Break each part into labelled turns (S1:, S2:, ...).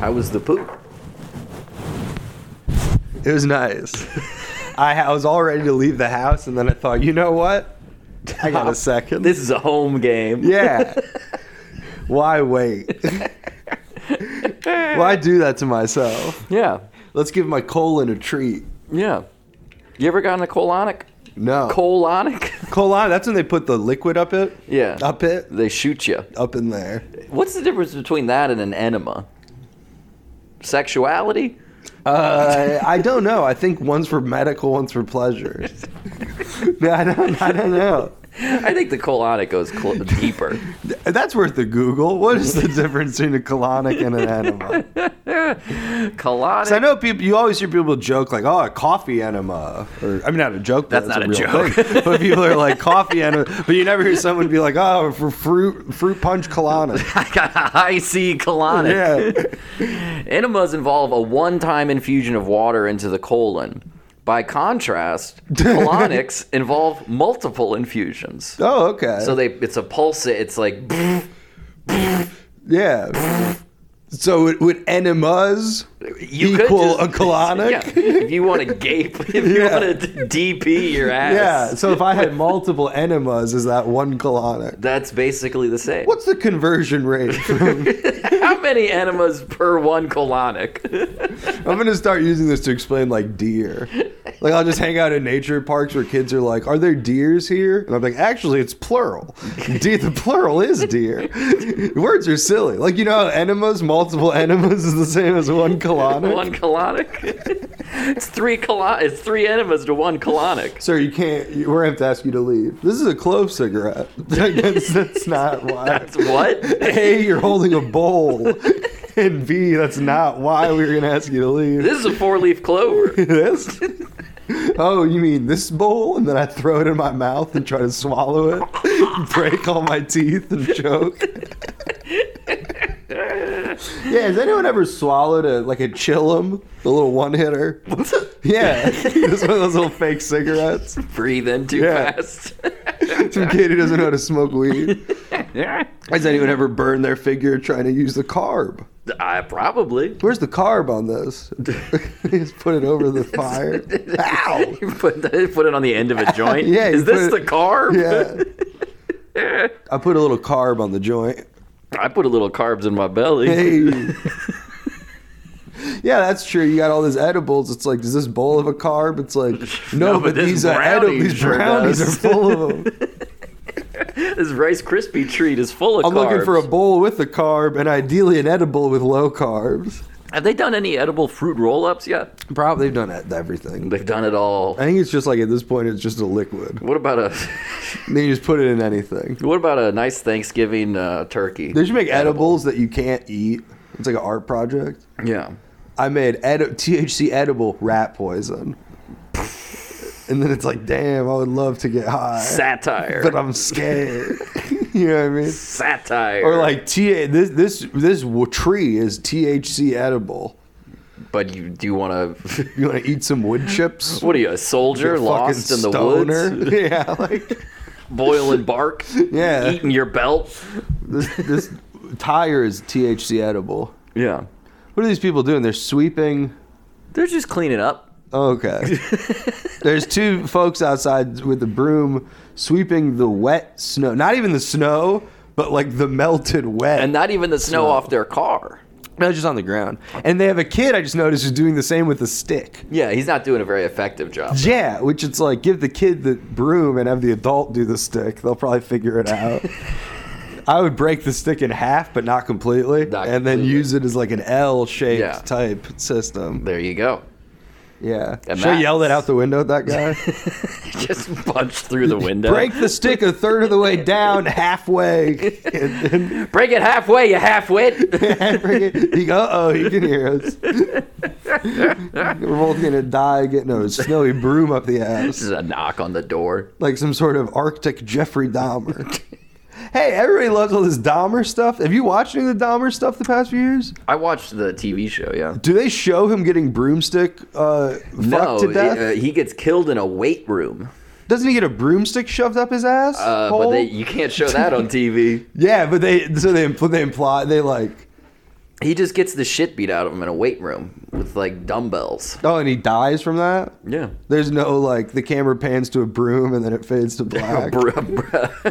S1: How was the poop?
S2: It was nice. I, I was all ready to leave the house, and then I thought, you know what? I got a second.
S1: This is a home game.
S2: yeah. Why wait? Why do that to myself?
S1: Yeah.
S2: Let's give my colon a treat.
S1: Yeah. You ever gotten a colonic?
S2: No.
S1: Colonic?
S2: colon. That's when they put the liquid up it.
S1: Yeah.
S2: Up it.
S1: They shoot you.
S2: Up in there.
S1: What's the difference between that and an enema? Sexuality?
S2: Uh, I don't know. I think one's for medical, one's for pleasure. No, I don't. I don't know.
S1: I think the colonic goes cl- deeper.
S2: That's worth a Google. What is the difference between a colonic and an enema?
S1: Colonic.
S2: 'Cause I know people. You always hear people joke like, "Oh, a coffee enema," or I mean, not a joke.
S1: That's
S2: But that's
S1: not a
S2: real
S1: joke.
S2: Thing. But people are like coffee enema. But you never hear someone be like, "Oh, for fruit fruit punch colonic."
S1: I got a high C colonic.
S2: Yeah.
S1: Enemas involve a one time infusion of water into the colon. By contrast, colonics involve multiple infusions.
S2: Oh, okay.
S1: So they it's a pulse, it's like
S2: yeah. So it, would enemas
S1: you could
S2: equal
S1: just-
S2: a colonic?
S1: Yeah, if you want to gape, if you
S2: Yeah.
S1: want to DP your ass,
S2: Yeah, so if I had multiple enemas, is that one colonic?
S1: that's basically the same.
S2: What's the conversion rate? I'm
S1: How many enemas per one colonic?
S2: gonna start using this to explain like deer. Like I'll just hang out in nature parks where kids are like, "Are there deers here?" And I'm like, "Actually, it's plural. De- the plural is deer. Words are silly. Like you know, how enemas, multiple enemas is the same as one colonic.
S1: one colonic? it's three colon. It's three enemas to one colonic.
S2: Sir, you can't. You, we're gonna have to ask you to leave. This is a clove cigarette. that's, that's not why.
S1: That's what?
S2: A, you're holding a bowl. And B, that's not why we were going to ask you to leave.
S1: This is a four-leaf clover.
S2: This? Oh, you mean this bowl? And then I throw it in my mouth and try to swallow it, break all my teeth and choke. yeah, has anyone ever swallowed a like a chillum, the little one hitter? Yeah, this one of those little fake cigarettes.
S1: Breathe in too
S2: Yeah.
S1: fast.
S2: Some kid who doesn't know how to smoke weed. Has anyone ever burned their figure trying to use the carb?
S1: I probably.
S2: Where's the carb on this? Just put it over the fire. Ow!
S1: You put, the- put it on the end of a joint.
S2: Yeah, you
S1: Is this
S2: put it-
S1: the carb?
S2: Yeah. I put a little carb on the joint.
S1: I put a little carbs in my belly.
S2: Hey. Yeah, that's true. You got all these edibles. It's like, does this bowl of a carb? It's like,
S1: No,
S2: no,
S1: but
S2: but,
S1: this
S2: these are
S1: brownie
S2: edibles. These
S1: sure
S2: brownies
S1: does.
S2: are full of them.
S1: This Rice Krispie treat is full of
S2: I'm
S1: carbs.
S2: looking for a bowl with a carb and ideally an edible with low carbs.
S1: Have they done any edible fruit roll-ups yet?
S2: Probably they've done e- everything.
S1: They've done it all.
S2: I think it's just like at this point, it's just a liquid.
S1: What about a
S2: Then you just put it in anything.
S1: what about a nice Thanksgiving uh, turkey?
S2: They should make edibles that you can't eat. It's like an art project.
S1: Yeah.
S2: I made ed- THC edible rat poison. And then it's like, damn, I would love to get high,
S1: Satire.
S2: but uh, I'm scared. you know what I mean?
S1: Satire.
S2: Or like, th this this this w- tree is THC edible.
S1: but you do want to.
S2: You want to eat some wood chips?
S1: What are you, a soldier
S2: You
S1: lost
S2: fucking
S1: in the
S2: stoner?
S1: woods,
S2: Yeah, like
S1: boiling bark,
S2: Yeah.
S1: eating your belt?
S2: this this tire is THC edible.
S1: Yeah,
S2: What are these people doing? They're sweeping.
S1: they're just cleaning up.
S2: Okay. There's two folks outside with the broom sweeping the wet snow. Not even the snow, but like the melted wet.
S1: and not even the snow off their car.
S2: no, just on the ground. And they have a kid I just noticed who's doing the same with a stick.
S1: Yeah, he's not doing a very effective job.
S2: Yeah, which it's like give the kid the broom and have the adult do the stick. They'll probably figure it out. I would break the stick in half, but not completely,
S1: Not
S2: and then
S1: completely.
S2: use it as like an L-shaped
S1: Yeah.
S2: type system.
S1: There you go.
S2: Yeah,
S1: And
S2: should I yell that
S1: that's-
S2: out the window at that guy?
S1: Just punch through the window.
S2: Break the stick a third of the way down, halfway. And
S1: Break it halfway, you halfwit.
S2: then break it. He go, uh oh, he can hear us. We're both gonna die getting a snowy broom up the
S1: this
S2: ass,
S1: is a knock on the door.
S2: like some sort of Arctic Jeffrey Dahmer. Hey, everybody loves all this Dahmer stuff. Have you watched any of the Dahmer stuff the past few years?
S1: I watched the TV show. Yeah.
S2: Do they show him getting broomstick uh, fucked
S1: No,
S2: to death?
S1: uh, he gets killed in a weight room.
S2: Doesn't he get a broomstick shoved up his ass?
S1: Uh, but
S2: hole?
S1: they, you can't show that on TV.
S2: yeah, but they so they impl- they imply they like
S1: He just gets the shit beat out of him in a weight room with like dumbbells.
S2: oh, and he dies from that.
S1: Yeah.
S2: There's no like the camera pans to a broom and then it fades to
S1: A
S2: black.
S1: br- a br-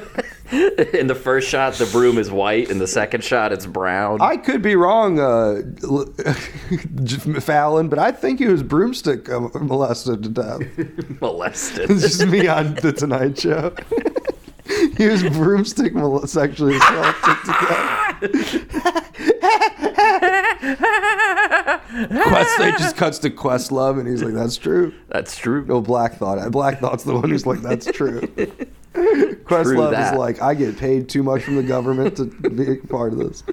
S1: in the first shot, the broom is white. In the second shot, it's brown.
S2: I could be wrong, uh, l- Fallon, but I think he was broomstick uh, molested to death.
S1: Molested.
S2: It's just me on the Tonight Show. he was broomstick mol- sexually assaulted to death. Quest, it just cuts to Questlove, and he's like, "That's true."
S1: That's true.
S2: No, Black Thought. Black Thought's the one who's like, "That's true."
S1: True
S2: Questlove
S1: that.
S2: is like, "I get paid too much from the government to be a part of this."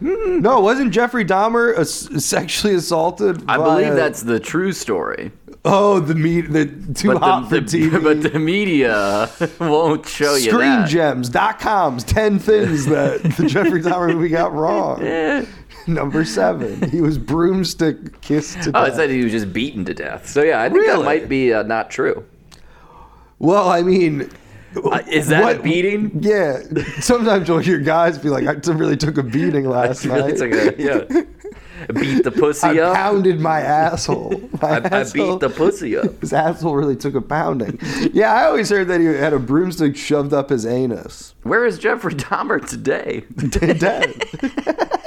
S2: No, wasn't Jeffrey Dahmer ass- sexually assaulted?
S1: I
S2: by
S1: believe
S2: a-
S1: that's the true story.
S2: oh the meat, the too hot
S1: the,
S2: for TV.
S1: but the media won't show you that.
S2: ScreenGems.com's 10 things that the Jeffrey Dahmer movie got wrong. Number seven, he was broomstick kissed to
S1: Oh, it
S2: death.
S1: said he was just beaten to death. So yeah, I think that
S2: Really?
S1: might be uh, not true.
S2: well, I mean,
S1: Uh, is that a
S2: What-
S1: beating?
S2: yeah. Sometimes you'll hear guys be like, I t- really took a beating last
S1: Really
S2: night.
S1: took a- yeah. Beat the
S2: I
S1: pussy up.
S2: pounded my asshole. My
S1: I, I
S2: asshole.
S1: beat the pussy up.
S2: his asshole really took a pounding. yeah, I always heard that he had a broomstick shoved up his anus.
S1: Where is Jeffrey Dahmer today?
S2: Dead.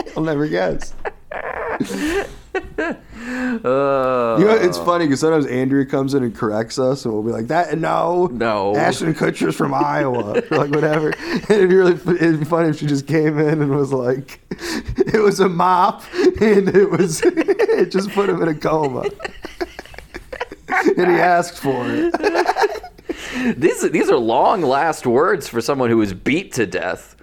S2: I'll never guess.
S1: Uh,
S2: You know, it's funny because sometimes Andrea comes in and corrects us, and we'll be like, "That no,
S1: No.
S2: Ashton Kutcher's from Iowa, or like whatever." And it'd be really fu- it'd be funny if she just came in and was like, "It was a mop, and it was it just put him in a coma." and he asked for it.
S1: these these are long last words for someone who was beat to death.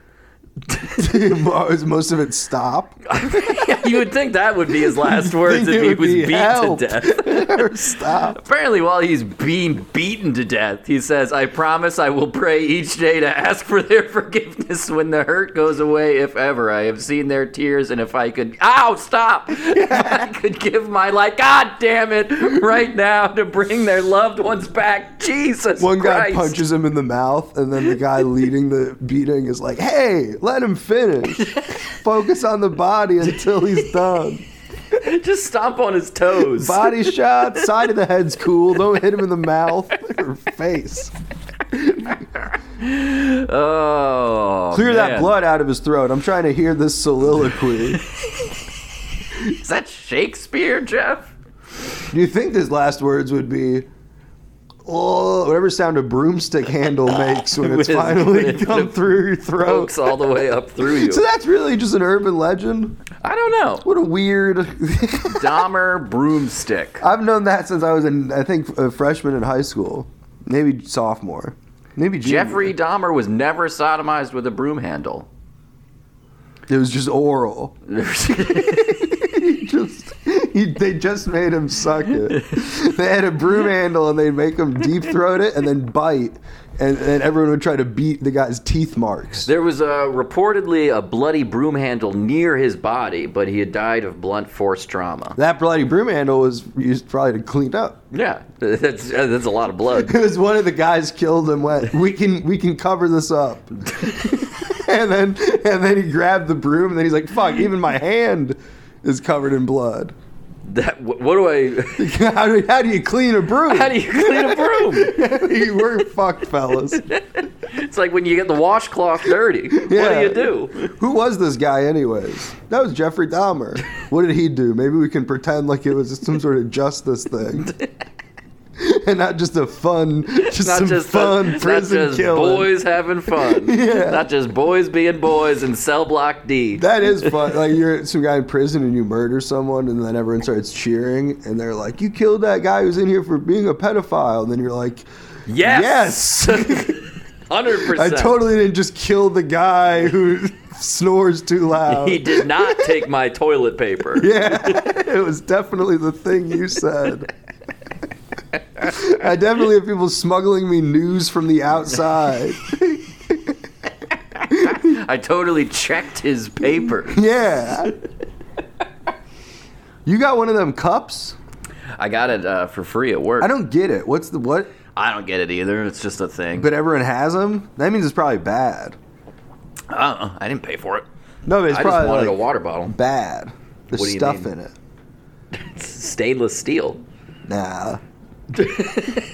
S2: Is most of it stop?
S1: you would think that would be his last words if
S2: Think it
S1: he
S2: would
S1: was
S2: be
S1: beat
S2: help.
S1: to death.
S2: or stop.
S1: Apparently, while he's being beaten to death, he says, I promise I will pray each day to ask for their forgiveness when the hurt goes away, if ever. I have seen their tears, and if I could. Ow, stop! If I could give my life, God damn it, right now to bring their loved ones back. Jesus
S2: One guy
S1: Christ.
S2: punches him in the mouth, and then the guy leading the beating is like, "Hey, let him finish. Focus on the body until he's done.
S1: Just stomp on his toes.
S2: Body shot, side of the head's cool. Don't hit him in the mouth or face.
S1: Oh.
S2: Clear that
S1: man.
S2: blood out of his throat. I'm trying to hear this soliloquy.
S1: Is that Shakespeare, Jeff?
S2: Do you think his last words would be?" Oh, whatever sound a broomstick handle makes when it's
S1: With-
S2: finally
S1: with
S2: come
S1: the
S2: through your throat.
S1: Pokes all the way up through you.
S2: So that's really just an urban legend.
S1: I don't know.
S2: What a weird.
S1: Dahmer broomstick.
S2: I've known that since I was in, I think, a freshman in high school, maybe sophomore, maybe junior.
S1: Jeffrey Dahmer was never sodomized with a broom handle.
S2: It was just oral. He just, he, they just made him suck it. They had a broom handle and they'd make him deep throat it and then bite, and then everyone would try to beat the guy's teeth marks.
S1: there was uh reportedly a bloody broom handle near his body, but he had died of blunt force trauma.
S2: That bloody broom handle was used probably to clean up.
S1: Yeah, that's, uh, that's a lot of blood.
S2: It was one of the guys killed him. Went, we can we can cover this up. and then and then he grabbed the broom and then he's like, fuck, even my hand is covered in blood.
S1: That, wh- what do I?
S2: how, do, how do you clean a broom?
S1: How do you clean a broom?
S2: you? We're fucked, fellas.
S1: It's like when you get the washcloth dirty.
S2: Yeah.
S1: What do you do?
S2: Who was this guy, anyways? That was Jeffrey Dahmer. What did he do? Maybe we can pretend like it was some sort of justice thing. And not just a fun, just
S1: Not
S2: some
S1: just
S2: fun
S1: not
S2: prison
S1: just
S2: killing.
S1: boys having fun.
S2: Yeah.
S1: Not just boys being boys in cell block D.
S2: That is fun. Like you're some guy in prison and you murder someone, and then everyone starts cheering, and they're like, "You killed that guy who's in here for being a pedophile." And then you're like,
S1: yes. Hundred
S2: "I
S1: percent.
S2: totally didn't just kill the guy who snores too loud."
S1: He did not take my toilet paper.
S2: Yeah, it was definitely the thing you said. I definitely have people smuggling me news from the outside.
S1: I totally checked his paper.
S2: Yeah. You got one of them cups?
S1: I got it uh, for free at work.
S2: I don't get it. What's the what?
S1: I don't get it either. It's just a thing.
S2: But everyone has them. That means it's probably bad.
S1: I don't know. Uh-uh. I didn't pay for it.
S2: No, but it's
S1: I just
S2: probably
S1: wanted
S2: like,
S1: a water bottle.
S2: bad. There's
S1: What do you
S2: stuff
S1: mean?
S2: in it.
S1: It's stainless steel.
S2: Nah.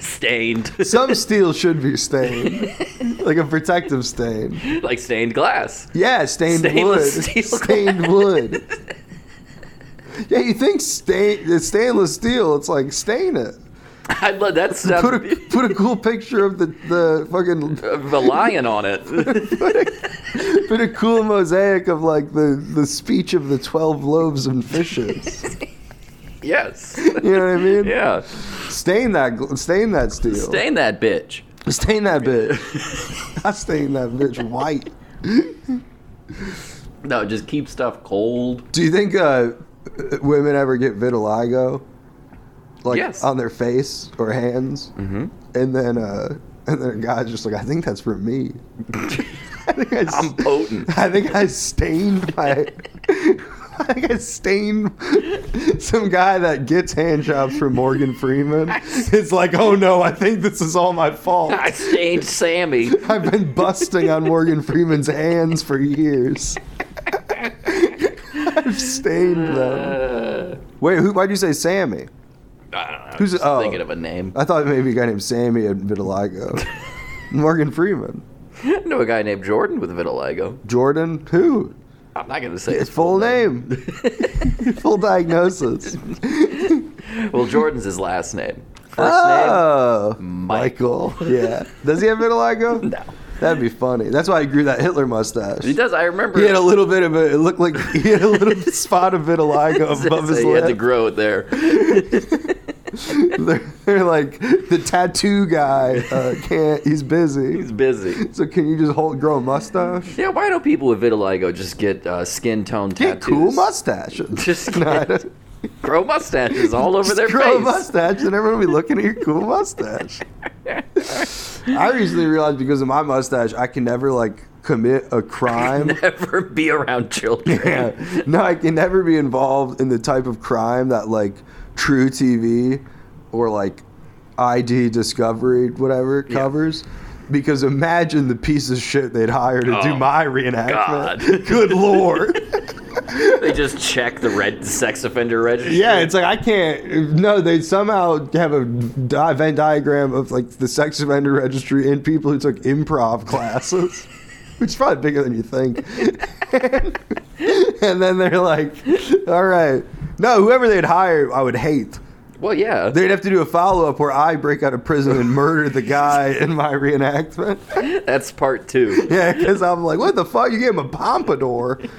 S1: Stained.
S2: Some steel should be stained, like a protective stain.
S1: like stained glass.
S2: Yeah, stained
S1: Stainless
S2: wood.
S1: steel
S2: stained wood. Yeah, you think stain it's stainless steel? It's like stain it.
S1: I love that stuff.
S2: Put a put a cool picture of the the fucking
S1: of a lion on it.
S2: put a cool mosaic of like the the speech of the twelve loaves and fishes.
S1: yes.
S2: You know what I mean?
S1: Yeah.
S2: Stain that gl- stain that steel.
S1: Stain that bitch.
S2: Stain that bitch. I stain that bitch white.
S1: No, just keep stuff cold.
S2: Do you think uh, women ever get vitiligo? Like
S1: Yes.
S2: on their face or hands? Mm-hmm. And then uh, and then a guy's just like, I think that's for me. I think I s-
S1: I'm potent.
S2: I think I stained my. I think I stained some guy that gets hand jobs from Morgan Freeman. It's like, oh no, I think this is all my fault.
S1: I stained Sammy.
S2: I've been busting on Morgan Freeman's hands for years. I've stained
S1: Uh,
S2: them. Wait, who, why'd you say Sammy?
S1: I don't know.
S2: Who's-
S1: just
S2: oh.
S1: thinking of a name?
S2: I thought maybe a guy named Sammy had vitiligo. Morgan Freeman.
S1: I know a guy named Jordan with vitiligo.
S2: Jordan? Who?
S1: I'm not gonna say
S2: His
S1: his
S2: full name. full diagnosis.
S1: well, Jordan's his last name. First
S2: oh,
S1: Michael.
S2: Yeah. Does he have vitiligo?
S1: name? No.
S2: That'd be funny. That's why I grew that Hitler mustache.
S1: He does. I remember.
S2: He had a little bit of a. It looked like he had a little spot of vitiligo above
S1: So
S2: his
S1: he had to
S2: lip.
S1: grow it there.
S2: they're, they're like the tattoo guy uh, can't. He's busy.
S1: He's busy.
S2: so can you just hold grow a mustache?
S1: Yeah, why don't people with vitiligo just get uh, skin tone
S2: Get
S1: tattoos?
S2: cool mustaches.
S1: Just
S2: No, I
S1: get-
S2: don't-
S1: grow mustaches all over
S2: just
S1: their
S2: grow a
S1: face.
S2: mustache, and everyone will be looking at your cool mustache. I recently realized because of my mustache, I can never like commit a crime.
S1: Never be around children.
S2: Yeah. No, I can never be involved in the type of crime that like True TV or like ID Discovery, whatever, covers. Because imagine the piece of shit they'd hire to do
S1: Oh,
S2: my
S1: God.
S2: reenactment. Good lord.
S1: They just check the red sex offender registry.
S2: yeah, it's like I can't. No, they somehow have a di- Venn diagram of like the sex offender registry and people who took improv classes, which is probably bigger than you think. and then they're like, all right. No, whoever they'd hire, I would hate.
S1: Well, yeah.
S2: They'd have to do a follow up where I break out of prison and murder the guy in my reenactment.
S1: That's part two.
S2: yeah, because I'm like, what the fuck? You gave him a pompadour?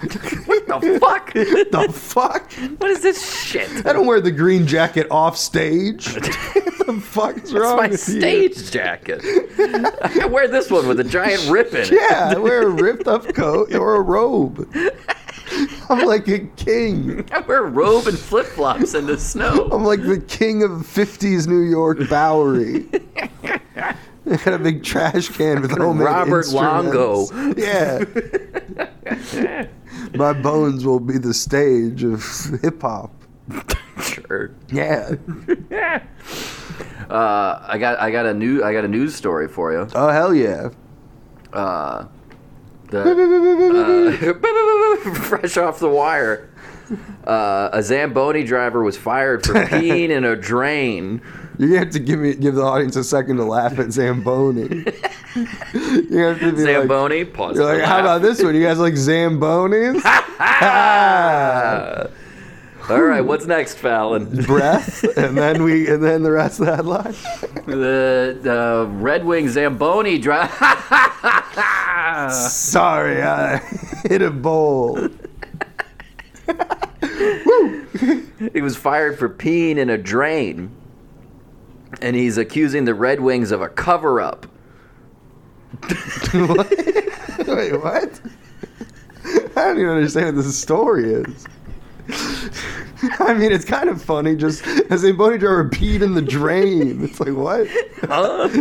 S1: What the fuck?
S2: the fuck?
S1: what is this shit?
S2: I don't wear the green jacket off stage. the fuck
S1: That's
S2: is wrong
S1: my
S2: with
S1: stage jacket. I wear this one with a giant rip in it.
S2: you? Yeah, I wear a ripped up coat or a robe. I'm like a king.
S1: I wear a robe and flip flops in the snow.
S2: I'm like the king of 50s New York Bowery. I got a big trash can with homemade
S1: Robert
S2: instruments.
S1: Longo.
S2: Yeah. My bones will be the stage of hip hop.
S1: Sure.
S2: Yeah.
S1: Uh, I got I got a new I got a news story for you.
S2: Oh hell yeah.
S1: Uh, the, uh, fresh off the wire, uh, a Zamboni driver was fired for peeing in a drain.
S2: You have to give me give the audience a second to laugh at Zamboni. you have to be like,
S1: Zamboni, pause.
S2: you're like, how about this one? You guys like Zambonis? Ah!
S1: All right, what's next, Fallon?
S2: Breath, and then we, and then the rest of the headline.
S1: the the Red Wing Zamboni driver.
S2: Sorry, I hit a bowl.
S1: he was fired for peeing in a drain, and he's accusing the Red Wings of a cover up.
S2: What? Wait, what? I don't even understand what this story is. I mean, it's kind of funny. Just as a Zamboni driver peed in the drain. It's like what?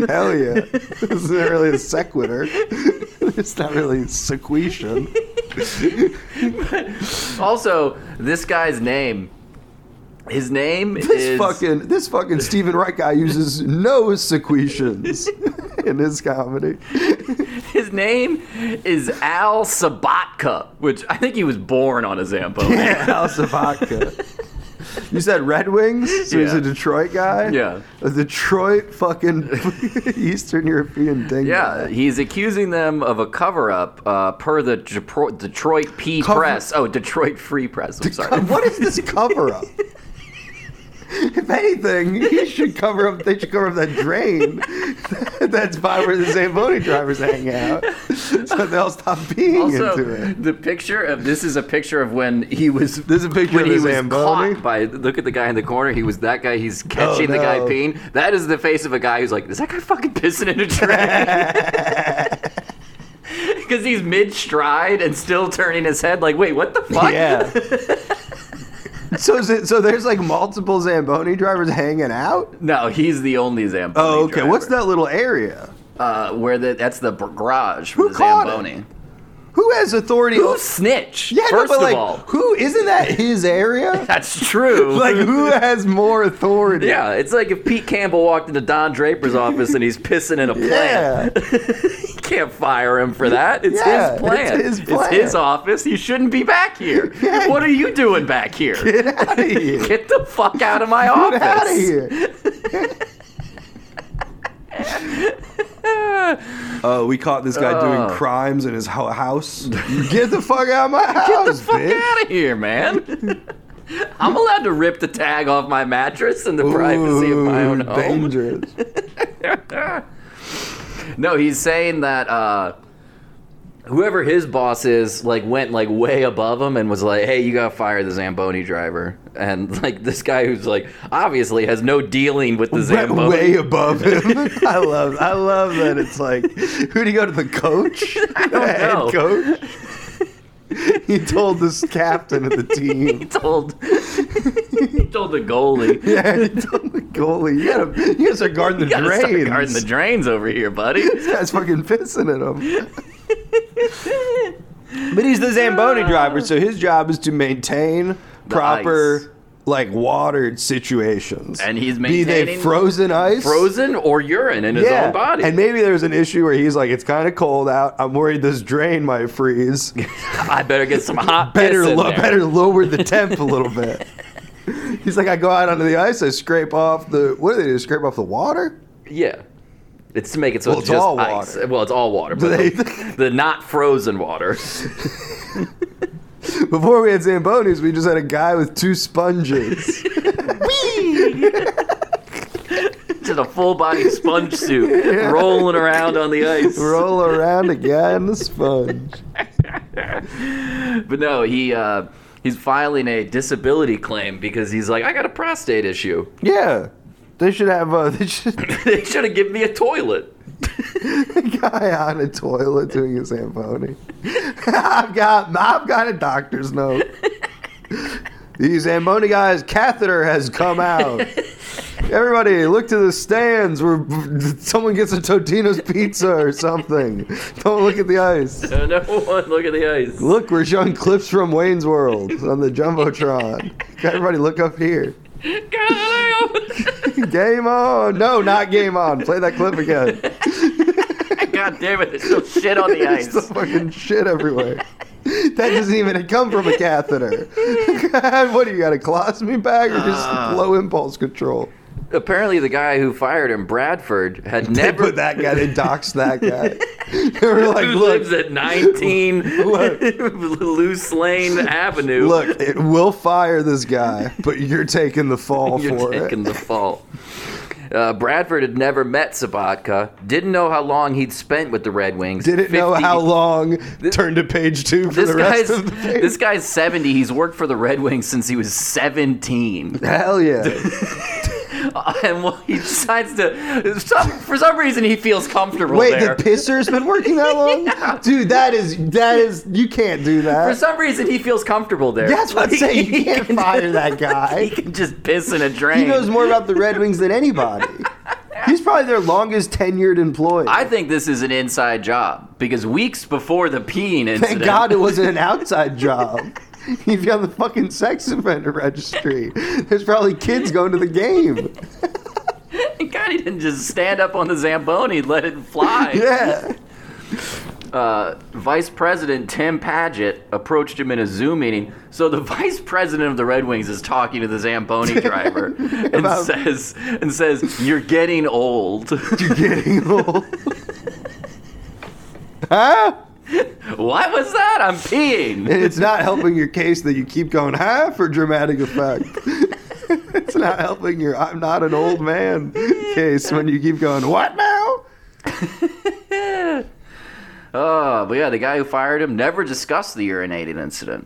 S2: Hell yeah. This isn't really a sequitur. It's not really sequation.
S1: Also, this guy's name His name
S2: This
S1: is
S2: fucking this fucking Stephen Wright guy uses no sequoias in his comedy.
S1: his name is Al Sabatka, which I think he was born on a Zampo.
S2: House of Vodka. You said Red Wings, so he's
S1: Yeah.
S2: a Detroit guy.
S1: Yeah.
S2: a Detroit fucking Eastern European thing.
S1: Yeah, he's accusing them of a cover up uh, per the Depro- Detroit P
S2: Cover-
S1: Press. Oh, Detroit Free Press. I'm sorry.
S2: What is this cover up? if anything, he should cover up. They should cover up that drain that's by where the Zamboni drivers hang out, so they'll stop being
S1: also,
S2: into it.
S1: the picture of this is a picture of when he was.
S2: This is a picture
S1: when
S2: of
S1: he
S2: his
S1: was
S2: Zamboni. Oh,
S1: caught by. Look at the guy in the corner. He was that guy. He's catching the guy
S2: no.
S1: peeing. That is the face of a guy who's like, is that guy fucking pissing in a drain? Because he's mid stride and still turning his head. Like, wait, what the fuck?
S2: Yeah. so is it, so there's like multiple Zamboni drivers hanging out.
S1: no, he's the only Zamboni.
S2: Oh, okay.
S1: driver.
S2: What's that little area?
S1: Uh, where the that's the b- garage. Who the
S2: caught
S1: Zamboni.
S2: him? Who has authority?
S1: Who snitch?
S2: yeah, no,
S1: first
S2: but
S1: of
S2: like,
S1: all,
S2: who isn't that his area?
S1: that's true.
S2: like, who has more authority?
S1: yeah, it's like if Pete Campbell walked into Don Draper's office and he's pissing in a
S2: Yeah.
S1: plant. you can't fire him for that. It's
S2: Yeah,
S1: his
S2: it's
S1: plan.
S2: his plan.
S1: his office. He shouldn't be back here.
S2: Yeah.
S1: What are you doing back here?
S2: Get out of here!
S1: Get the fuck out of my
S2: Get
S1: office.
S2: out of here! Oh, we caught this guy
S1: Oh.
S2: crimes in his ho- house. Get the fuck out of my house,
S1: Get the fuck
S2: bitch.
S1: out of here, man. I'm allowed to rip the tag off my mattress in the privacy of my own
S2: Ooh,
S1: home.
S2: Dangerous.
S1: No, he's saying that uh, whoever his boss is, like, went like way above him and was like, "Hey, you gotta fire the Zamboni driver." And like this guy who's like obviously has no dealing with the
S2: Went
S1: Zamboni.
S2: way above him. I love. I love that. It's like, who do you go to? The coach? I
S1: don't know.
S2: coach. he told this captain of the
S1: He
S2: team.
S1: told he told the goalie.
S2: Yeah, he told the goalie, you gotta, you gotta start guarding the
S1: You gotta start
S2: drains.
S1: guarding the drains over here, buddy.
S2: This guy's fucking pissing at him. but he's the Zamboni driver, so his job is to maintain proper,
S1: ice.
S2: like, watered situations.
S1: And he's
S2: Be they
S1: maintaining
S2: frozen ice.
S1: Frozen or urine in his
S2: Yeah.
S1: own body.
S2: And maybe there's an issue where he's like, it's kind of cold out. I'm worried this drain might freeze.
S1: I better get some hot
S2: Better,
S1: piss in
S2: lo-
S1: there.
S2: better lower the temp a little bit. He's like, I go out onto the ice, I scrape off the, what do they do? Scrape off the water?
S1: Yeah. It's to make it so
S2: Well,
S1: it's,
S2: it's
S1: just
S2: all
S1: ice.
S2: water.
S1: Well, it's all water, but
S2: They-
S1: the, the not frozen water.
S2: Before we had Zambonis, we just had a guy with two sponges.
S1: just a full body sponge suit rolling around on the ice.
S2: Roll around a guy in the sponge.
S1: But no, he uh, he's filing a disability claim because he's like, I got a prostate issue.
S2: Yeah. They should have uh, they should
S1: they should have given me a toilet.
S2: a guy on a toilet doing a Zamboni. I've got I've got a doctor's note. The Zamboni guy's catheter has come out. Everybody, look to the stands where someone gets a Totino's pizza or something. Don't look at the ice.
S1: Uh, number one, look at the ice.
S2: Look, we're showing clips from Wayne's World on the Jumbotron. Everybody, look up here.
S1: Galileo!
S2: Game on! No, not game on. Play that clip again.
S1: God damn it, there's still shit on the
S2: There's
S1: ice.
S2: still fucking shit everywhere. That doesn't even come from a catheter. what do you got? A colostomy bag or just
S1: Uh.
S2: low impulse control?
S1: Apparently, the guy who fired him, Bradford, had
S2: They
S1: never.
S2: put that guy. They doxed that guy. They were like,
S1: who
S2: look,
S1: lives at 19
S2: Look.
S1: Loose Lane Avenue.
S2: look, it will fire this guy, but you're taking the fall
S1: You're
S2: for
S1: taking
S2: it.
S1: the fall. Uh, Bradford had never met Sabatka, didn't know how long he'd spent with the Red Wings.
S2: Didn't know
S1: 50
S2: how long. Turn to page two for
S1: This
S2: the
S1: guy's
S2: rest of the page.
S1: this guy's 70. He's worked for the Red Wings since he was 17.
S2: Hell yeah.
S1: Uh, and well, he decides to some, for some reason he feels comfortable
S2: Wait,
S1: there.
S2: the pisser's been working that long?
S1: Yeah.
S2: Dude, that is that is you can't do
S1: for
S2: that.
S1: some reason he feels comfortable there.
S2: That's what I'm
S1: Like,
S2: saying. You
S1: he
S2: can't
S1: can-
S2: fire that guy.
S1: He can just piss in a drain.
S2: He knows more about the Red Wings than anybody. He's probably their longest tenured employee.
S1: I think this is an inside job because weeks before the peeing incident,
S2: Thank God it wasn't an outside job. You'd be on the fucking sex offender registry. There's probably kids going to the game.
S1: God, he didn't just stand up on the Zamboni, let it fly.
S2: Yeah.
S1: uh, Vice President Tim Paget approached him in a Zoom meeting. So the Vice President of the Red Wings is talking to the Zamboni driver and
S2: About-
S1: says, "And says you're getting old.
S2: You're getting old. huh?
S1: what was that? I'm peeing."
S2: And it's not helping your case that you keep going, huh, for dramatic effect. it's not helping your I'm not an old man case when you keep going, what now?
S1: Oh, but yeah, the guy who fired him never discussed the urinating incident,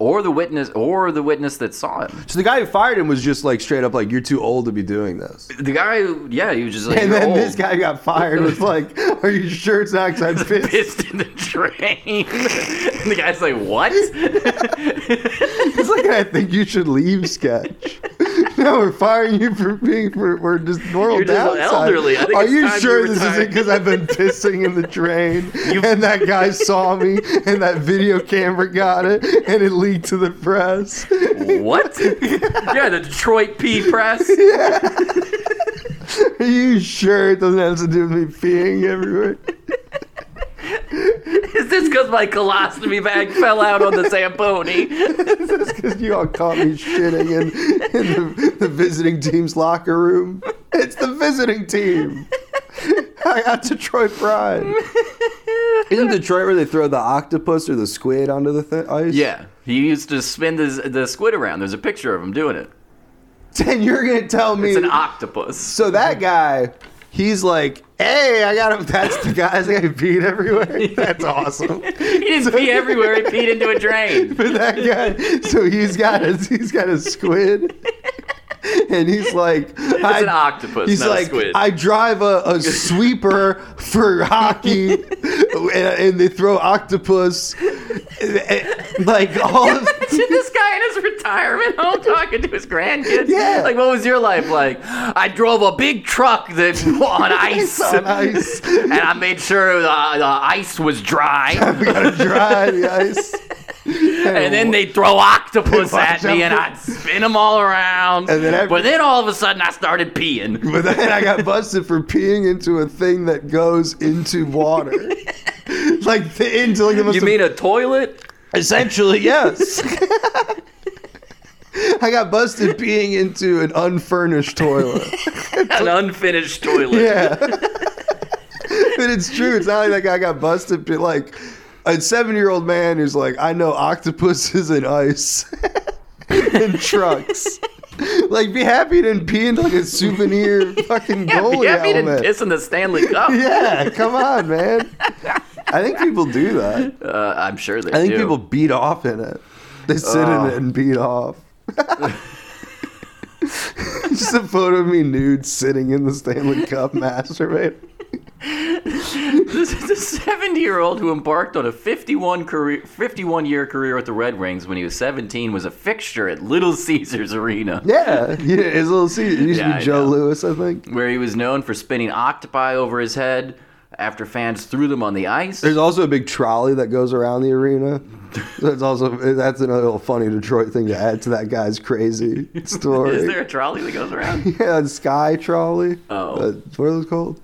S1: or the witness, or the witness that saw it.
S2: So the guy who fired him was just like straight up like, you're too old to be doing this.
S1: The guy, who- yeah, he was just like, "Oh,
S2: And
S1: "You're
S2: then
S1: old."
S2: this guy got fired was like, are you sure it's not because I'm pissed?
S1: pissed in the train. and the guy's like, "What?"
S2: It's like I think you should leave sketch. No, we're firing you for being for we're just moral
S1: You're just
S2: downside.
S1: elderly. I think
S2: Are
S1: it's
S2: you
S1: time you
S2: sure this
S1: retired.
S2: isn't because I've been pissing in the train and that guy saw me and that video camera got it and it leaked to the press?
S1: what? yeah, the Detroit P Press.
S2: Are you sure it doesn't have to do with me peeing everywhere?
S1: Is this because my colostomy bag fell out on the Zamboni?
S2: Is this because you all caught me shitting in, in the, the visiting team's locker room? It's the visiting team. I got Detroit Pride. Isn't Detroit where they throw the octopus or the squid onto the th- ice?
S1: Yeah, he used to spin the, the squid around. There's a picture of him doing it.
S2: And you're going to tell me.
S1: It's an octopus.
S2: so that guy, he's like, hey, I got him. That's the guy that's going to beat everywhere. That's awesome.
S1: He didn't pee everywhere. He peed into a drain.
S2: But that guy, so he's got a, he's got a squid. And he's like,
S1: It's an octopus,
S2: He's
S1: not
S2: like,
S1: a squid.
S2: I drive a, a sweeper for hockey, and, and they throw octopus, and- and, like all of.
S1: Imagine this guy in his retirement home talking to his grandkids.
S2: Yeah.
S1: Like, what was your life like? I drove a big truck that on ice,
S2: On ice.
S1: and I made sure the, the ice was dry.
S2: We gotta dry the ice,
S1: and then they throw octopus
S2: They
S1: at
S2: watch
S1: me, and
S2: out.
S1: I'd spin them all around.
S2: And then every-
S1: but then all of a sudden, I started peeing.
S2: But then I got busted for peeing into a thing that goes into water, like the, into like the most
S1: You mean a toilet?
S2: Essentially, yes. I got busted peeing into an unfurnished toilet.
S1: An unfinished toilet.
S2: Yeah. but it's true. It's not like that guy got busted, but like a seven year old man who's like, I know octopuses and ice and trucks. Like, be happy to pee into like a souvenir fucking
S1: Yeah,
S2: goalie
S1: be happy to
S2: helmet.
S1: piss in the Stanley Cup.
S2: yeah, come on, man. I think people do that.
S1: Uh, I'm sure they
S2: I think
S1: do.
S2: people beat off in it. They sit
S1: Oh.
S2: in it and beat off. Just a photo of me nude sitting in the Stanley Cup masturbating.
S1: This is a 70 year old who embarked on a 51 career, 51 year career with the Red Wings when he was 17 was a fixture at Little Caesars Arena,
S2: Yeah, yeah, it's a little season. It used
S1: Yeah,
S2: to
S1: I
S2: be Joe
S1: know.
S2: Lewis, I think.
S1: where he was known for spinning octopi over his head after fans threw them on the ice.
S2: There's also a big trolley that goes around the arena. That's also that's another little funny Detroit thing to add to that guy's crazy story.
S1: is there a trolley that goes around?
S2: yeah, a sky trolley.
S1: Oh.
S2: Uh, what are those called?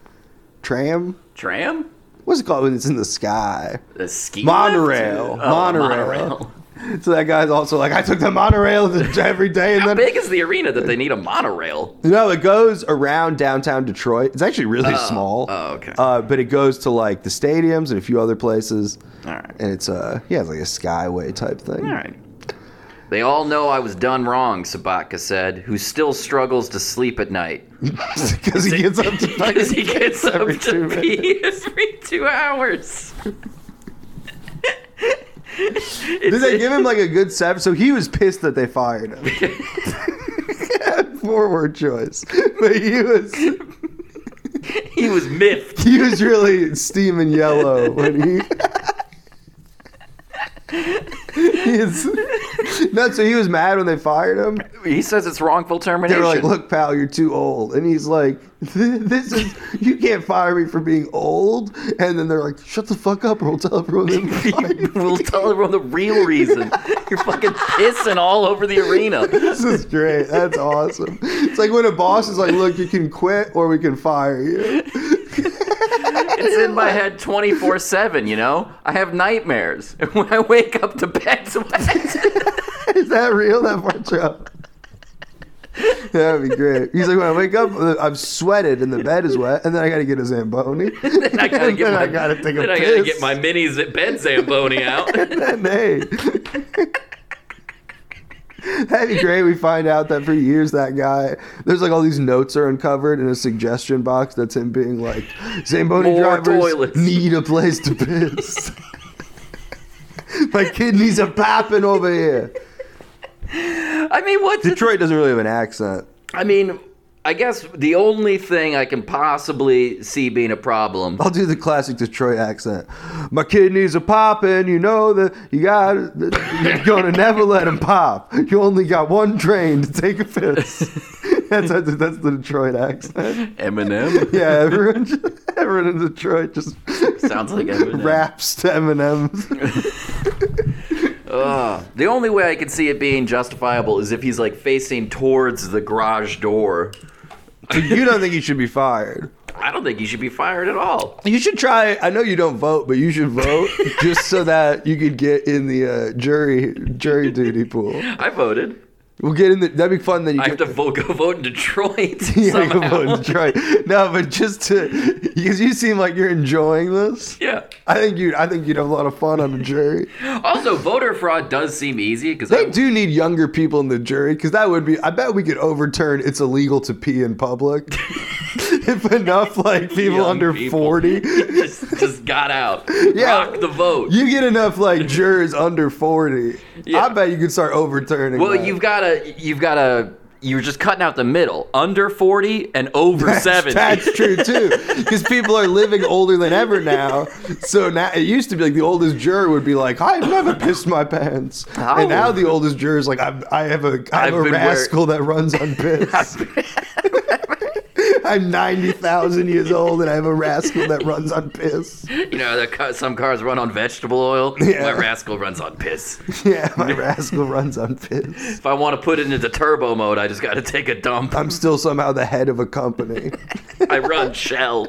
S2: Tram?
S1: Tram?
S2: What's it called when it's in the sky?
S1: A ski
S2: Monorail.
S1: lift? Oh,
S2: monorail. So that guy's also like, I took the monorail every day, and
S1: How
S2: then
S1: big is the arena that they need a monorail?
S2: no, it goes around downtown Detroit. It's actually really small.
S1: oh, okay.
S2: Uh, but it goes to like the stadiums and a few other places,
S1: All right.
S2: and it's uh yeah, it's like a skyway type thing.
S1: All right. They all know I was done wrong, Sabatka said, who still struggles to sleep at night.
S2: Because he gets up to
S1: Because he
S2: fucking
S1: gets up
S2: every
S1: to
S2: two
S1: pee every two hours.
S2: Did they give him like a good seven? So he was pissed that they fired him. Poor word choice, but he was
S1: he was miffed.
S2: he was really steaming yellow when he. he is, No, so he was mad when they fired him.
S1: He says it's wrongful
S2: They
S1: termination.
S2: were like, "Look, pal, you're too old," and he's like, "This is you can't fire me for being old." And then they're like, "Shut the fuck up, or we'll tell everyone." that you fired me."
S1: we'll tell everyone the real reason. You're fucking pissing all over the arena.
S2: this is great. That's awesome. It's like when a boss is like, "Look, you can quit, or we can fire you."
S1: It's in my head 24 7, you know? I have nightmares. And when I wake up, the bed's wet.
S2: Is that real? That part, Joe? That'd be great. He's like, when I wake up, I've sweated and the bed is wet, and then I gotta get a zamboni.
S1: then I gotta get
S2: Then
S1: my,
S2: I gotta take a
S1: then I gotta
S2: piss.
S1: get my mini z- bed zamboni out.
S2: And hey. That'd be great. We find out that for years that guy, there's like all these notes are uncovered in a suggestion box. That's him being like, Zamboni
S1: More
S2: drivers
S1: toilets."
S2: need a place to piss. My kidneys are popping over here.
S1: I mean, what's the
S2: Detroit doesn't really have an accent.
S1: I mean, I guess the only thing I can possibly see being a problem.
S2: I'll do the classic Detroit accent. My kidneys are popping. You know that you got. You're gonna never let them pop. You only got one train to take a piss. That's that's that's the Detroit accent.
S1: Eminem
S2: Yeah, everyone, just, everyone in Detroit just
S1: sounds like Eminem.
S2: raps to Eminem.
S1: Ugh. Uh, The only way I can see it being justifiable is if he's like facing towards the garage door.
S2: You don't think you should be fired?
S1: I don't think he should be fired at all.
S2: You should try. I know you don't vote, but you should vote just so that you could get in the uh, jury jury duty pool.
S1: I voted.
S2: We'll get in the. That'd be fun. Then you
S1: I
S2: get,
S1: have to vote, go vote in Detroit.
S2: Yeah,
S1: somehow.
S2: come on, Detroit. No, but just to because you seem like you're enjoying this.
S1: Yeah.
S2: I think you. I think you'd have a lot of fun on the jury.
S1: Also, voter fraud does seem easy because
S2: They do need younger people in the jury because that would be. I bet we could overturn. It's illegal to pee in public if enough like people
S1: Young
S2: under
S1: people.
S2: forty.
S1: just, just got out.
S2: Yeah.
S1: Rock the vote.
S2: You get enough like jurors under forty.
S1: Yeah.
S2: I bet you could start overturning.
S1: Well,
S2: that.
S1: you've got to, you've got to, you're just cutting out the middle, under 40 and over 70.
S2: That's true too, because people are living older than ever now. So now it used to be like the oldest juror would be like, "I've never pissed my pants,"
S1: How?
S2: and now the oldest juror is like, I've, "I have a I
S1: Oh. I've
S2: have a
S1: been
S2: rascal that runs on piss." I'm ninety thousand years old, and I have a rascal that runs on piss.
S1: You know, the ca- some cars run on vegetable oil.
S2: Yeah.
S1: My rascal runs on piss.
S2: Yeah, my rascal runs on piss.
S1: If I want to put it into the turbo mode, I just got to take a dump.
S2: I'm still somehow the head of a company.
S1: I run shell.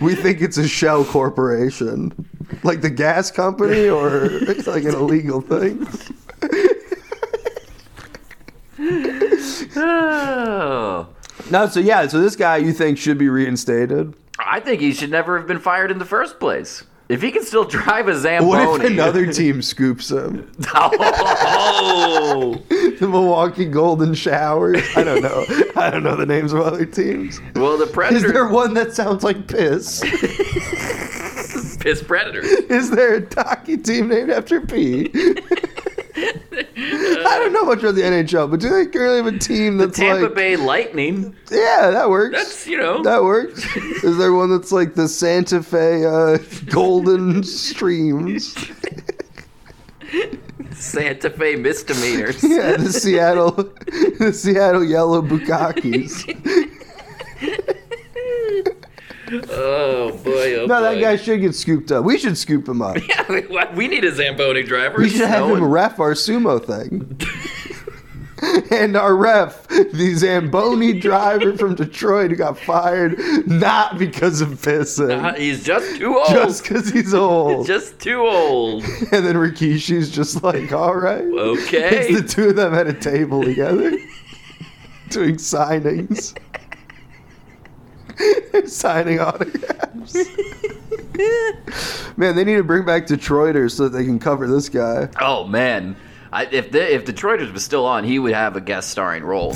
S2: We think it's a shell corporation, like the gas company, or it's like an illegal thing.
S1: Oh.
S2: No, so yeah, so this guy you think should be reinstated.
S1: I think he should never have been fired in the first place. If he can still drive a Zamboni.
S2: What if another team scoops him?
S1: oh.
S2: The Milwaukee Golden Showers? I don't know. I don't know the names of other teams.
S1: Well, the
S2: Is there
S1: predator
S2: one that sounds like piss?
S1: piss predator.
S2: Is there a hockey team named after pee? I don't know much about the NHL, but do they currently have a team that's
S1: Tampa
S2: like
S1: Bay Lightning.
S2: Yeah, that works.
S1: That's you know.
S2: that works. Is there one that's like the Santa Fe uh, Golden Streams?
S1: Santa Fe misdemeanors.
S2: Yeah, the Seattle, the Seattle Yellow Bukakis.
S1: Oh boy! Oh
S2: No, that
S1: boy.
S2: guy should get scooped up. We should scoop him up.
S1: Yeah, we need a Zamboni driver.
S2: We
S1: It's
S2: should have him
S1: snowing.
S2: ref our sumo thing. and our ref, the Zamboni driver from Detroit who got fired not because of pissing,
S1: Uh, He's just too old.
S2: just
S1: Just,
S2: because he's old.
S1: too old.
S2: and then Rikishi's just like, all right.
S1: Okay.
S2: It's the two of them at a table together doing signings. Signing autographs. Man, they need to bring back Detroiters so that they can cover this guy.
S1: oh man, I, if the, if Detroiters was still on, he would have a guest starring role.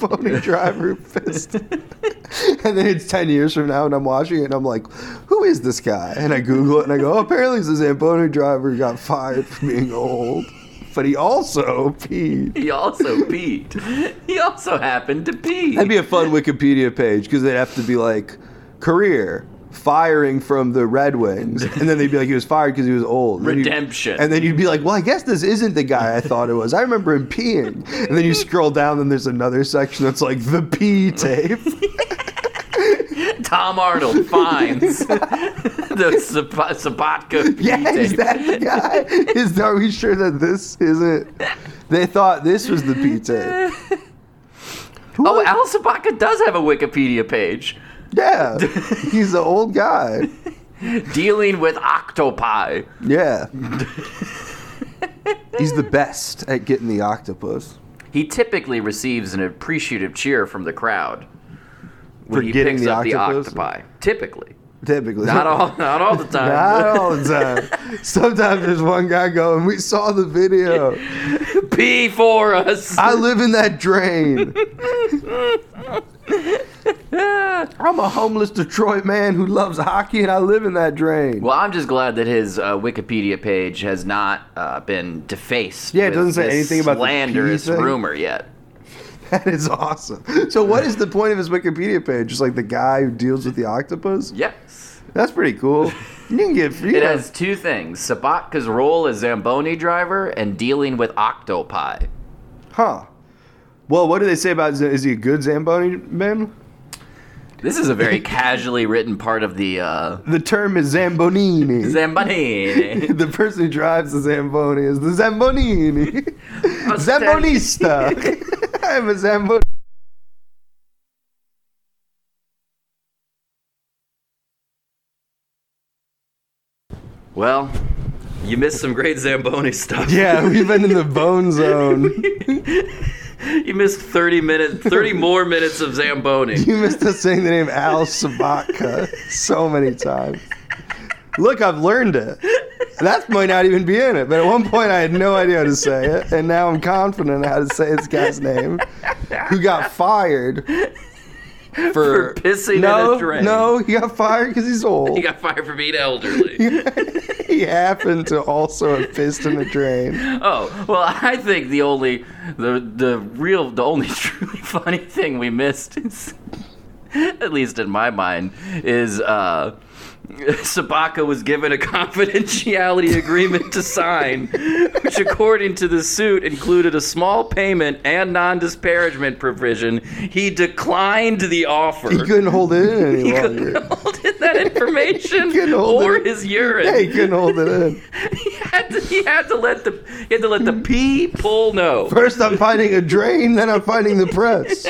S2: Pony driver fist. and then it's 10 years from now, and I'm watching it, and I'm like, who is this guy? And I Google it, and I go, oh, apparently it's the Zamboni driver who got fired for being old. But he also peed.
S1: he also peed. He also happened to pee.
S2: That'd be a fun Wikipedia page because they'd have to be like career firing from the Red Wings, and then they'd be like, he was fired because he was old. And then you'd-
S1: Redemption.
S2: and then you'd be like, well, I guess this isn't the guy I thought it was. I remember him peeing. And then you scroll down, and there's another section that's like the pee tape.
S1: Tom Arnold finds the Sab- Sabatka
S2: Yeah, is
S1: tape.
S2: that the guy? Is are we sure that this isn't? They thought this was the pee tape. Who
S1: Oh,
S2: was-
S1: Al Sabatka does have a Wikipedia page
S2: yeah, he's an old guy.
S1: dealing with octopi.
S2: Yeah, he's the best at getting the octopus.
S1: He typically receives an appreciative cheer from the crowd when
S2: For
S1: he
S2: getting
S1: picks
S2: the
S1: up
S2: octopus?
S1: the octopi. Typically,
S2: Typically,
S1: not all, not all the time.
S2: Not all the time. Sometimes there's one guy going, "We saw the video.
S1: Pee for us.
S2: I live in that drain." I'm a homeless Detroit man who loves hockey, and I live in that drain.
S1: Well, I'm just glad that his uh, Wikipedia page has not uh, been defaced.
S2: Yeah, it
S1: with
S2: doesn't say
S1: this
S2: anything about the pee
S1: slanderous
S2: thing.
S1: rumor yet.
S2: That is awesome. So, what is the point of his Wikipedia page? Just like the guy who deals with the octopus?
S1: Yes.
S2: That's pretty cool. You can get free.
S1: It has two things Sabatka's role as Zamboni driver and dealing with octopi.
S2: Huh. Well, what do they say about Z- is he a good Zamboni man?
S1: This is a very casually written part of the uh,
S2: The term is Zambonini.
S1: Zamboni.
S2: the person who drives the Zamboni is the Zambonini. Zambonista. I'm a Zamboni.
S1: Well, you missed some great Zamboni stuff.
S2: Yeah, we've been in the bone zone.
S1: you missed 30 minutes, 30 more minutes of Zamboni.
S2: You missed us saying the name Al Sabatka so many times. Look, I've learned it. That might not even be in it, but at one point I had no idea how to say it, and now I'm confident how to say this guy's name, who got fired for,
S1: For pissing in
S2: no,
S1: a drain.
S2: No, he got fired because he's old.
S1: You got fired for being elderly.
S2: he happened to also have pissed in a drain.
S1: Oh well, I think the only the the real the only truly funny thing we missed is, at least in my mind, is uh, Sabaka was given a confidentiality agreement to sign, which, according to the suit, included a small payment and non-disparagement provision. He declined the offer.
S2: He couldn't hold it in any
S1: He
S2: longer.
S1: couldn't hold in that information
S2: couldn't hold
S1: or
S2: it.
S1: his urine
S2: Yeah, he couldn't hold it in.
S1: he had to he had to let the he had to let the people know.
S2: First, I'm fighting a drain, then I'm fighting the press.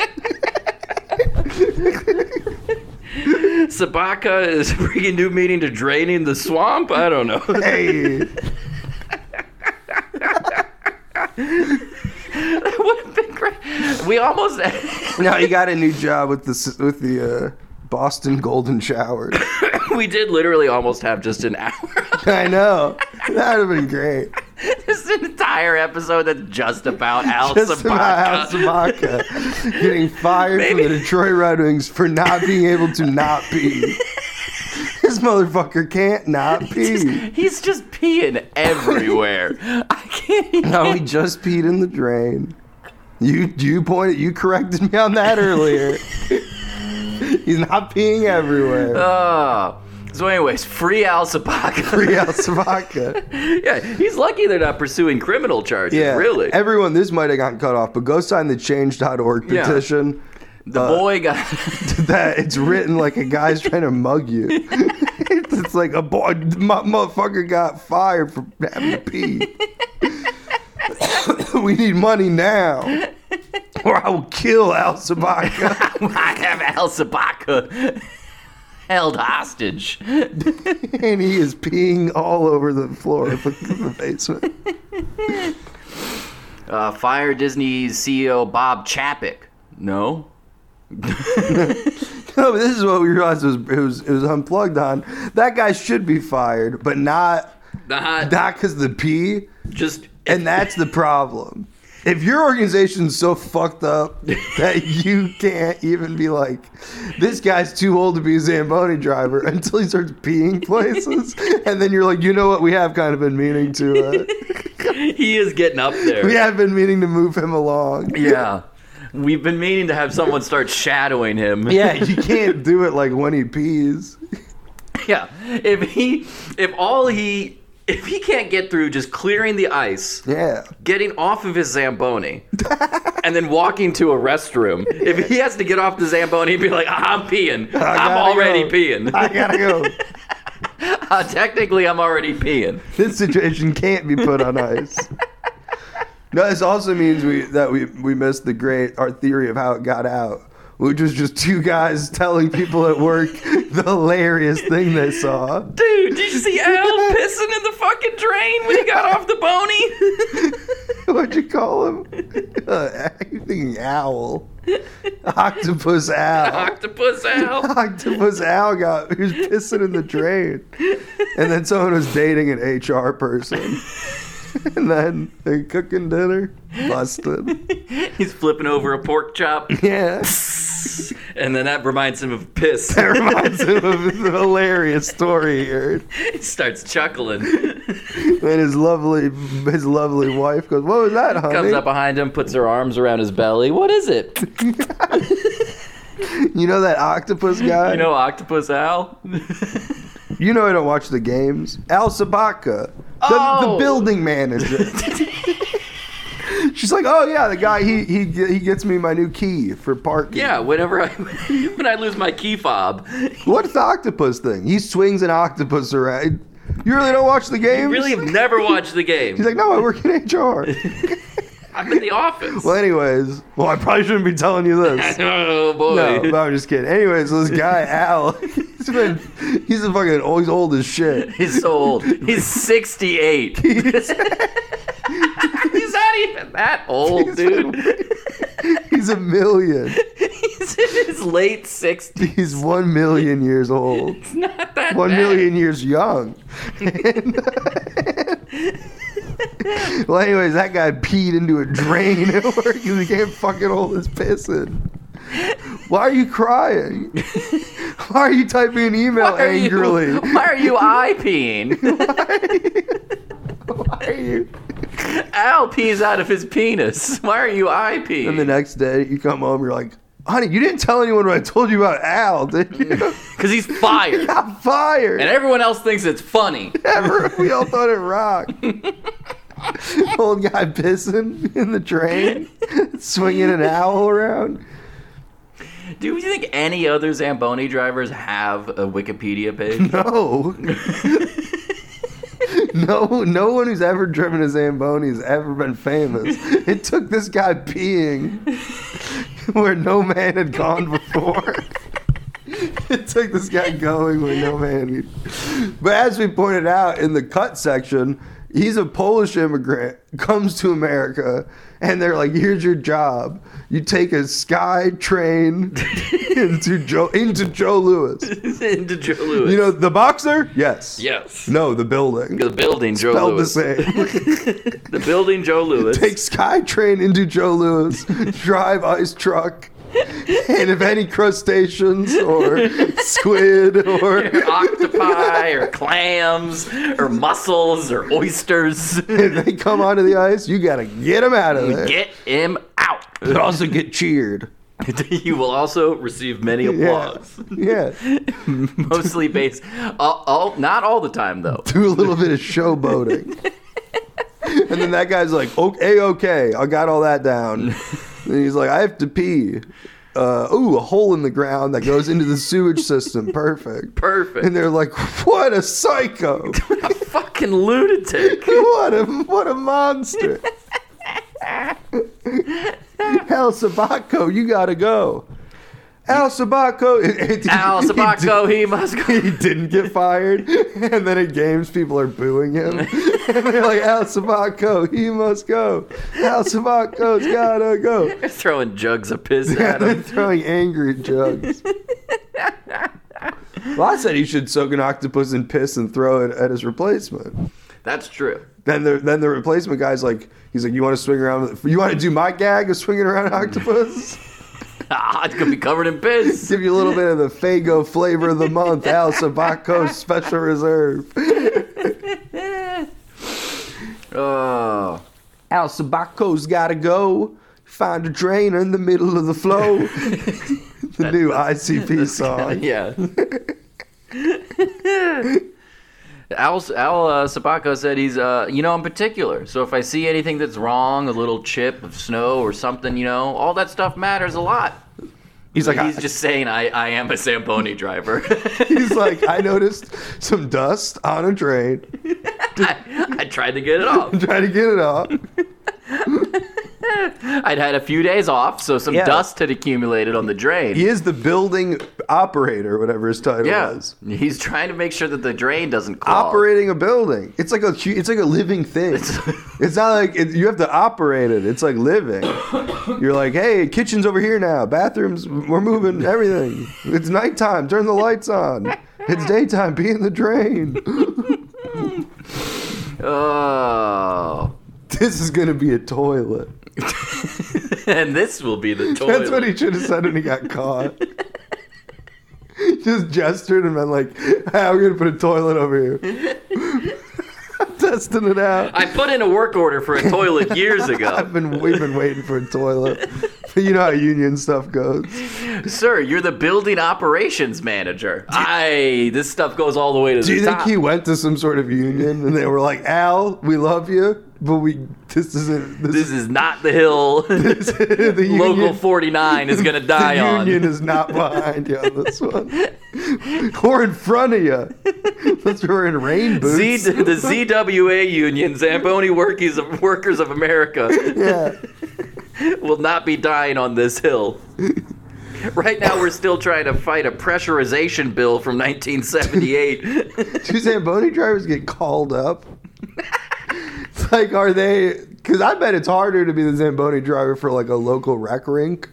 S1: Sabaka is bringing new meaning to draining the swamp. I don't know.
S2: Hey.
S1: that would have been great. We almost
S2: No, he got a new job with the with the uh, Boston Golden Shower.
S1: we did literally almost have just an hour.
S2: I know that would have been great.
S1: this entire episode that's just about Al
S2: Just about Al
S1: Sabaka.
S2: Sabaka getting fired
S1: Maybe-
S2: from the Detroit Red Wings for not being able to not pee. this motherfucker can't not pee.
S1: He's just peeing everywhere. I can't. Even,
S2: No, he just peed in the drain. You you pointed you corrected me on that earlier. He's not peeing everywhere.
S1: Oh. So, anyways, free Al Sabaka.
S2: Free Al Sabaka.
S1: yeah, he's lucky they're not pursuing criminal charges.
S2: Yeah.
S1: Really.
S2: Everyone, this might have gotten cut off, but go sign the change.org
S1: Yeah.
S2: petition
S1: the
S2: uh,
S1: boy got.
S2: that it's written like a guy's trying to mug you. it's like a boy, my motherfucker got fired for having to pee. we need money now, or I will kill Al Sabaka.
S1: I have Al Sabaka held hostage.
S2: and he is peeing all over the floor of the, the basement.
S1: Uh, fire Disney CEO Bob Chapek. No.
S2: No, but this is what we realized was it was it was unplugged on. That guy should be fired, but not
S1: Not
S2: not because the pee.
S1: just.
S2: And that's the problem. If your organization's so fucked up that you can't even be like, this guy's too old to be a Zamboni driver until he starts peeing places, and then you're like, you know what, we have kind of been meaning to, uh,
S1: he is getting up there.
S2: we have been meaning to move him along.
S1: Yeah. We've been meaning to have someone start shadowing him.
S2: Yeah, you can't do it like when he pees.
S1: yeah, if he, if all he, if he can't get through just clearing the ice,
S2: Yeah.
S1: getting off of his Zamboni and then walking to a restroom. If he has to get off the Zamboni and be like, I'm peeing, I'm
S2: gotta
S1: already
S2: go.
S1: peeing.
S2: I gotta go.
S1: Uh, technically, I'm already peeing.
S2: this situation can't be put on ice. No, this also means we that we we missed the great our theory of how it got out, which was just two guys telling people at work the hilarious thing they saw.
S1: Dude, did you see Al pissing in the fucking drain when he got off the bony?
S2: What'd you call him? Uh, you're thinking owl, octopus owl.
S1: Octopus Al.
S2: Octopus Al got he was pissing in the drain, and then someone was dating an HR person, and then they're cooking dinner, busted.
S1: He's flipping over a pork chop.
S2: Yeah,
S1: And then that reminds him of piss.
S2: that reminds him of the hilarious story he heard.
S1: he starts chuckling.
S2: And his lovely his lovely wife goes, "What was that, honey?"
S1: Comes up behind him, puts her arms around his belly. What is it?
S2: you know that octopus guy.
S1: You know Octopus Al?
S2: You know I don't watch the games. Al Sabaka, the,
S1: Oh!
S2: the building manager. She's like, oh yeah, the guy he he he gets me my new key for parking.
S1: Yeah, whenever I when I lose my key fob, you
S2: What's the octopus thing? He swings an octopus around. You really don't watch the games?
S1: really have never watched the game.
S2: He's like, no, I work in HR.
S1: I'm in the office.
S2: well, anyways, well, I probably shouldn't be telling you this.
S1: Oh
S2: No,
S1: boy.
S2: no, I'm just kidding. Anyways, this guy Al, he's been, he's a fucking, oh, he's old as shit.
S1: He's so old. He's 68. He's not even that old, dude.
S2: He's a million.
S1: He's in his late 60s.
S2: He's one million years old.
S1: It's not that
S2: one
S1: bad.
S2: million years young. well, anyways, that guy peed into a drain at work because he can't fucking hold his piss in. Why are you crying? Why are you typing an email
S1: Why are you-
S2: angrily?
S1: why are you eye peeing?
S2: Why are you?
S1: Al pees out of his penis. Why are you eye peeing?
S2: And the next day, you come home, you're like, honey, you didn't tell anyone what I told you about Al, did you?
S1: Because he's fired.
S2: I'm fired.
S1: And everyone else thinks it's funny.
S2: ever. We all thought it rocked. Old guy pissing in the train, swinging an owl around.
S1: Do you think any other Zamboni drivers have a Wikipedia page?
S2: No. No, no one who's ever driven a Zamboni has ever been famous. It took this guy peeing where no man had gone before. It took this guy going where no man. But as we pointed out in the cut section, he's a Polish immigrant, comes to America, and they're like, "Here's your job. You take a sky train into Joe into Joe Lewis."
S1: Into Joe Lewis.
S2: You know the boxer? Yes.
S1: yes.
S2: No, the building.
S1: The building Joe
S2: Spelled the
S1: Lewis.
S2: same.
S1: The building Joe Lewis.
S2: Take Sky Train into Joe Lewis, drive ice truck, and if any crustaceans or squid or
S1: octopi or clams or mussels or oysters.
S2: if they come onto the ice, you gotta get them out of there.
S1: Get him out.
S2: But also get cheered.
S1: you will also receive many
S2: Yeah.
S1: applause.
S2: Yeah.
S1: Mostly based. Uh, oh, not all the time, though.
S2: Do a little bit of showboating. And then that guy's like, okay, okay, I got all that down. And he's like, I have to pee. Uh, ooh, a hole in the ground that goes into the sewage system. Perfect. And
S1: Perfect.
S2: they're like, what a psycho.
S1: A fucking lunatic.
S2: what a what a monster. Al Sabaco, you gotta go. Al Sabaco.
S1: Al
S2: He
S1: Sabaco, he must go.
S2: did- He didn't get fired, and then at games people are booing him. And they're like, Al Sabaco, he must go. Al Sabaco's gotta go.
S1: Throwing jugs of piss at
S2: They're
S1: him.
S2: throwing angry jugs. Well, I said he should soak an octopus in piss and throw it at his replacement.
S1: That's true.
S2: Then the then the replacement guy's like, he's like, you want to swing around? with- You want to do my gag of swinging around an octopus?
S1: Ah, it's gonna be covered in piss.
S2: Give you a little bit of the Fago flavor of the month, Al Sabaco Special Reserve.
S1: Oh.
S2: Al Sabaco's got to go. Find a drain in the middle of the flow. the new ICP song.
S1: Yeah. Al, Al uh, Sabacco said he's, uh, you know, I'm particular. So if I see anything that's wrong, a little chip of snow or something, you know, all that stuff matters a lot.
S2: He's like,
S1: he's
S2: I,
S1: just saying I, I am a Zamboni driver.
S2: he's like, I noticed some dust on a train.
S1: I, I tried to get it off.
S2: Try to get it off.
S1: I'd had a few days off, so some
S2: Yeah.
S1: dust had accumulated on the drain.
S2: He is the building operator, whatever his title
S1: Yeah.
S2: was.
S1: he's trying to make sure that the drain doesn't clog.
S2: Operating a building. It's like a hu- it's like a living thing. It's, not like it, you have to operate it. It's like living. You're like, hey, kitchen's over here now. Bathrooms, we're moving everything. It's nighttime. Turn the lights on. It's daytime. Be in the drain.
S1: Oh,
S2: This is gonna be a toilet.
S1: and this will be the toilet.
S2: That's what he should have said when he got caught. Just gestured and been like, hey, "We're gonna put a toilet over here." Testing it out.
S1: I put in a work order for a toilet years ago.
S2: I've been we've been waiting for a toilet. you know how union stuff goes.
S1: Sir, you're the building operations manager. I this stuff goes all the way to
S2: Do you
S1: the
S2: think
S1: top.
S2: he went to some sort of union and they were like, "Al, we love you, but we this isn't this,
S1: this is not the hill
S2: is the union,
S1: local 49 is going to
S2: the
S1: die on.
S2: union is not behind you on this one. or in front of you. Unless we were in rain boots.
S1: Z, the ZWA union, Zamboni Workies of Workers of America,
S2: yeah.
S1: will not be dying on this hill. Right now, we're still trying to fight a pressurization bill from 1978.
S2: Do Zamboni drivers get called up? it's like, are they? Because I bet it's harder to be the Zamboni driver for like a local rec rink.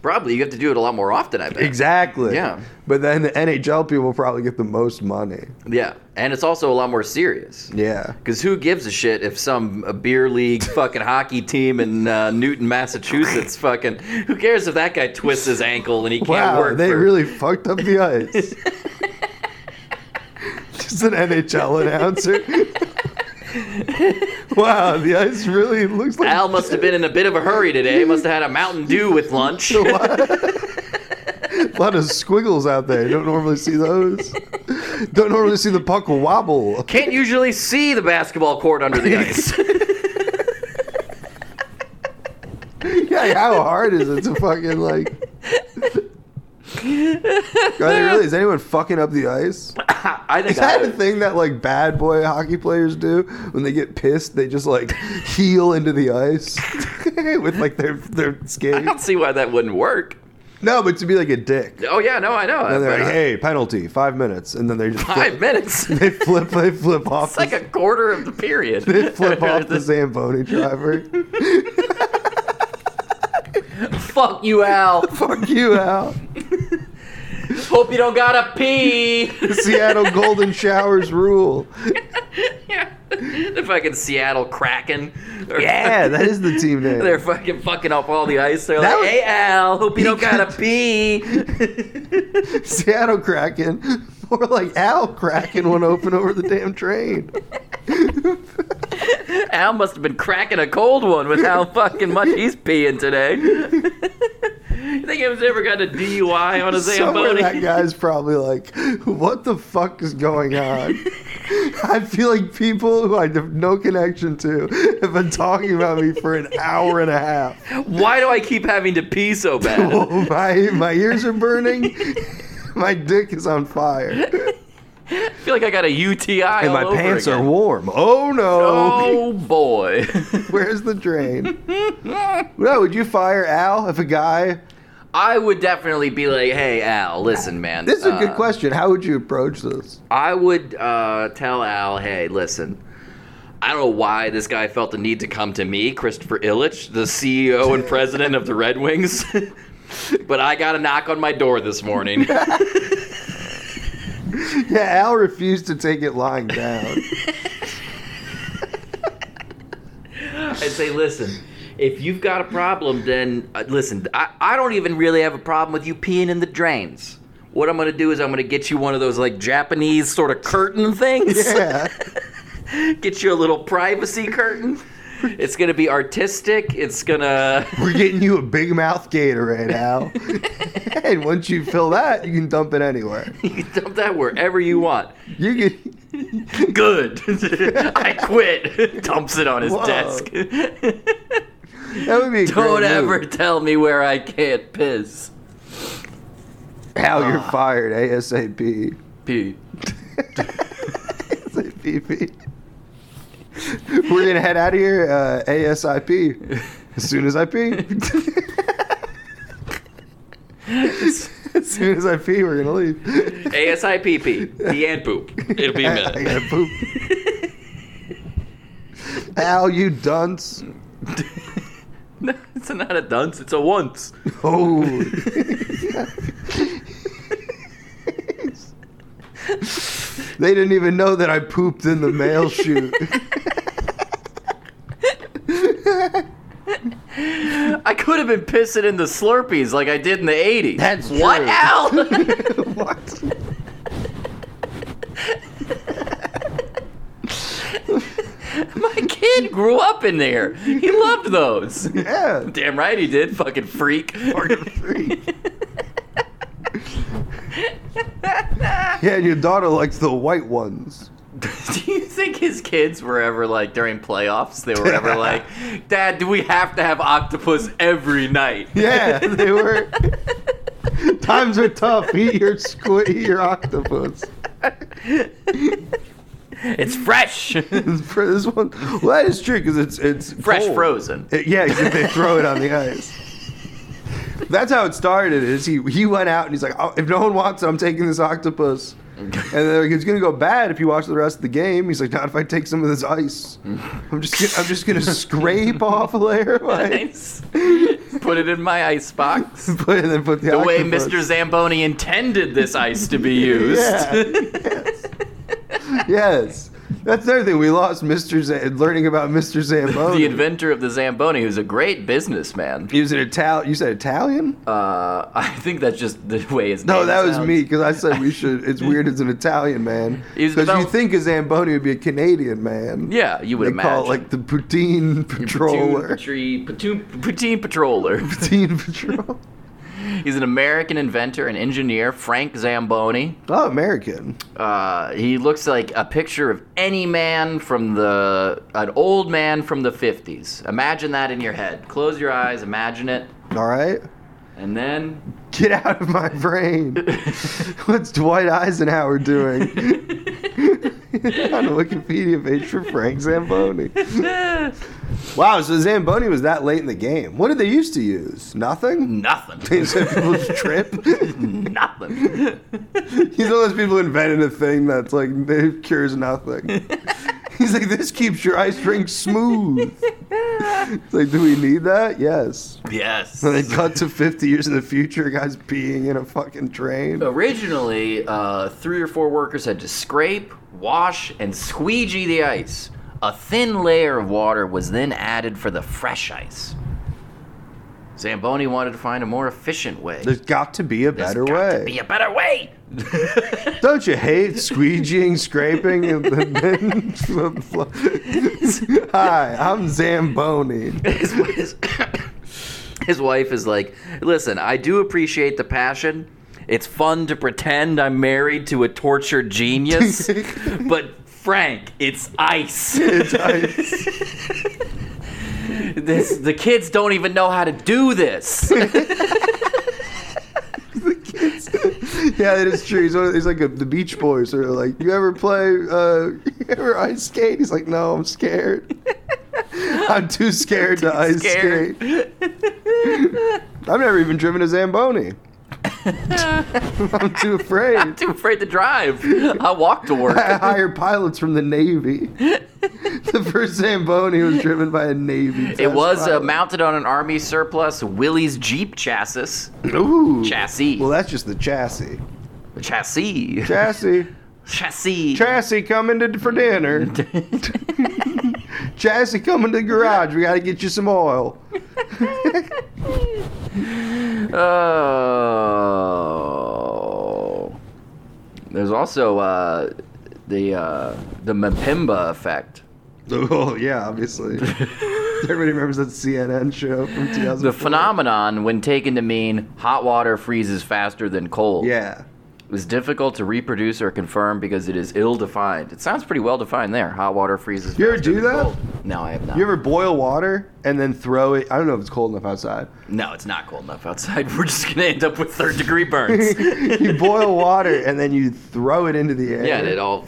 S1: Probably you have to do it a lot more often, I bet.
S2: Exactly.
S1: Yeah.
S2: But then the NHL people probably get the most money.
S1: Yeah, and it's also a lot more serious.
S2: Yeah.
S1: Because who gives a shit if some uh, beer league fucking hockey team in uh, Newton, Massachusetts fucking. Who cares if that guy twists his ankle and he can't
S2: Wow,
S1: work?
S2: they
S1: for-
S2: really fucked up the ice. Just an NHL announcer. wow, the ice really looks like.
S1: Al must have been in a bit of a hurry today. Must have had a Mountain Dew with lunch.
S2: A lot of squiggles out there. You Don't normally see those. Don't normally see the puck wobble.
S1: Can't usually see the basketball court under the ice.
S2: Yeah, how hard is it to fucking like? Are they really? Is anyone fucking up the ice?
S1: I think
S2: Is that a
S1: I,
S2: thing that like bad boy hockey players do when they get pissed? They just like heel into the ice with like their their
S1: I don't
S2: skates.
S1: see why that wouldn't work.
S2: No, but to be like a dick.
S1: Oh yeah, no, I know.
S2: And they're
S1: But,
S2: like,
S1: uh,
S2: hey, penalty, five minutes, and then they just
S1: five
S2: flip,
S1: minutes.
S2: they flip they flip off.
S1: It's like a quarter of the period.
S2: they flip off the Zamboni driver.
S1: Fuck you, Al.
S2: Fuck you out.
S1: Hope you don't gotta pee.
S2: Seattle Golden Showers rule.
S1: yeah. The fucking Seattle Kraken.
S2: Yeah, that is the team name.
S1: They're fucking fucking up all the ice. They're
S2: That
S1: like,
S2: was-
S1: hey, Al, hope you don't
S2: Because-
S1: gotta pee.
S2: Seattle Kraken. More like Al Kraken went open over the damn train.
S1: Al must have been cracking a cold one with how fucking much he's peeing today. you think he was ever got a DUI on a
S2: Somewhere that
S1: Zamboni?
S2: guy's probably like, what the fuck is going on? I feel like people who I have no connection to have been talking about me for an hour and a half.
S1: Why do I keep having to pee so bad?
S2: Oh, my, my ears are burning. My dick is on fire.
S1: I feel like I got a UTI. all over again.
S2: warm. Oh no.
S1: Oh boy.
S2: Where's the drain? no, would you fire Al if a guy
S1: I would definitely be like, hey, Al, listen, man.
S2: This is a good
S1: uh,
S2: question. How would you approach this?
S1: I would uh, tell Al, hey, listen, I don't know why this guy felt the need to come to me, Christopher Illich, the CEO and president of the Red Wings, but I got a knock on my door this morning.
S2: Yeah, Al refused to take it lying down.
S1: I'd say, listen, if you've got a problem, then uh, listen, I, I don't even really have a problem with you peeing in the drains. What I'm going to do is I'm going to get you one of those like Japanese sort of curtain things.
S2: yeah.
S1: get you a little privacy curtain It's gonna be artistic. It's gonna.
S2: We're getting you a big mouth Gatorade, Al. and once you fill that, you can dump it anywhere.
S1: You can dump that wherever you want.
S2: You can.
S1: Good. I quit. Dumps it on his
S2: Whoa.
S1: desk.
S2: That would be a
S1: Don't
S2: great
S1: ever
S2: move.
S1: tell me where I can't piss.
S2: Al, you're
S1: Ah.
S2: fired ASAP.
S1: Pee.
S2: ASAP. We're gonna head out of here uh, ASIP. As soon as I pee. as soon as I pee, we're gonna leave.
S1: ASIPP. The ant poop. It'll be a
S2: I, I gotta
S1: minute.
S2: poop. Al, you dunce.
S1: no, it's not a dunce. It's a once.
S2: Oh. they didn't even know that I pooped in the mail chute.
S1: I could have been pissing in the Slurpees like I did in the 80s.
S2: That's
S1: What
S2: true.
S1: hell?
S2: what?
S1: My kid grew up in there. He loved those.
S2: Yeah.
S1: Damn right he did, fucking freak.
S2: Yeah, and your daughter likes the white ones.
S1: do you think his kids were ever like during playoffs? They were ever like, Dad, do we have to have octopus every night?
S2: Yeah, they were. Times are tough. Eat your squid, eat your octopus.
S1: It's fresh,
S2: This fr- this one, well, that is true because it's it's
S1: fresh
S2: cold.
S1: frozen.
S2: It- yeah, except they throw it on the ice. That's how it started. Is he he went out and he's like, oh, if no one wants it, I'm taking this octopus. And they're like, it's gonna go bad if you watch the rest of the game. He's like, not if I take some of this ice. I'm just gonna, I'm just gonna scrape off a layer of ice,
S1: Nice. Put it in my ice box.
S2: put it, and then put the,
S1: The way
S2: octopus.
S1: Mr. Zamboni intended this ice to be used.
S2: Yes, that's the other thing. We lost Mr. Z- learning about Mr. Zamboni.
S1: the inventor of the Zamboni, who's a great businessman.
S2: he was an Italian. You said Italian?
S1: Uh, I think that's just the way his
S2: No,
S1: name
S2: that was
S1: sounds.
S2: me because I said we should. It's weird as an Italian man
S1: He was
S2: because you
S1: develop-
S2: think a Zamboni would be a Canadian man.
S1: Yeah, you would
S2: they
S1: imagine.
S2: call it like the poutine patroller.
S1: Poutine, Patoo- Poutine Patroller.
S2: Poutine patrol.
S1: He's an American inventor and engineer, Frank Zamboni.
S2: Oh, American.
S1: Uh, he looks like a picture of any man from the an old man from the 50s. Imagine that in your head. Close your eyes, imagine it,
S2: All right,
S1: and then
S2: get out of my brain. What's Dwight Eisenhower doing? On a Wikipedia page for Frank Zamboni. wow, so Zamboni was that late in the game. What did they used to use? Nothing.
S1: nothing.
S2: They said people just trip.
S1: nothing.
S2: He's one of those people who invented a thing that's like it cures nothing. He's like, this keeps your ice drink smooth. It's like, do we need that? Yes.
S1: Yes.
S2: And they cut to 50 years in the future, guys peeing in a fucking train.
S1: Originally, uh, three or four workers had to scrape, wash, and squeegee the ice. A thin layer of water was then added for the fresh ice. Zamboni wanted to find a more efficient way.
S2: There's got to be a
S1: There's
S2: better
S1: got
S2: way.
S1: To be a better way.
S2: Don't you hate squeegeeing, scraping, and then. Hi, I'm Zamboni.
S1: his, his, his wife is like, listen, I do appreciate the passion. It's fun to pretend I'm married to a tortured genius, but Frank, it's ice.
S2: It's ice.
S1: This, the kids don't even know how to do this.
S2: Yeah, that is true. He's, one of, he's like a, the Beach Boys. Or like, you ever play, uh, you ever ice skate? He's like, no, I'm scared. I'm too scared to ice
S1: scared.
S2: skate. I've never even driven a Zamboni. I'm too
S1: I'm
S2: afraid.
S1: too afraid to drive. I walk to work.
S2: I hire pilots from the Navy. The first Zamboni was driven by a Navy.
S1: It
S2: test
S1: was uh,
S2: pilot.
S1: mounted on an army surplus Willie's Jeep chassis.
S2: Ooh.
S1: Chassis.
S2: Well, that's just the chassis.
S1: chassis.
S2: Chassis.
S1: chassis.
S2: Chassis coming to for dinner. Chassis coming to the garage. We got to get you some oil.
S1: Oh. There's also uh, the uh, the Mapimba effect.
S2: Oh yeah, obviously. Everybody remembers that CNN show from 2000.
S1: The phenomenon, when taken to mean hot water freezes faster than cold,
S2: Yeah.
S1: is difficult to reproduce or confirm because it is ill defined. It sounds pretty well defined there. Hot water freezes
S2: You ever
S1: faster
S2: do
S1: than
S2: that?
S1: cold. No, I have not.
S2: You ever boil water and then throw it? I don't know if it's cold enough outside.
S1: No, it's not cold enough outside. We're just gonna end up with third degree burns.
S2: you boil water and then you throw it into the air.
S1: yeah, it all.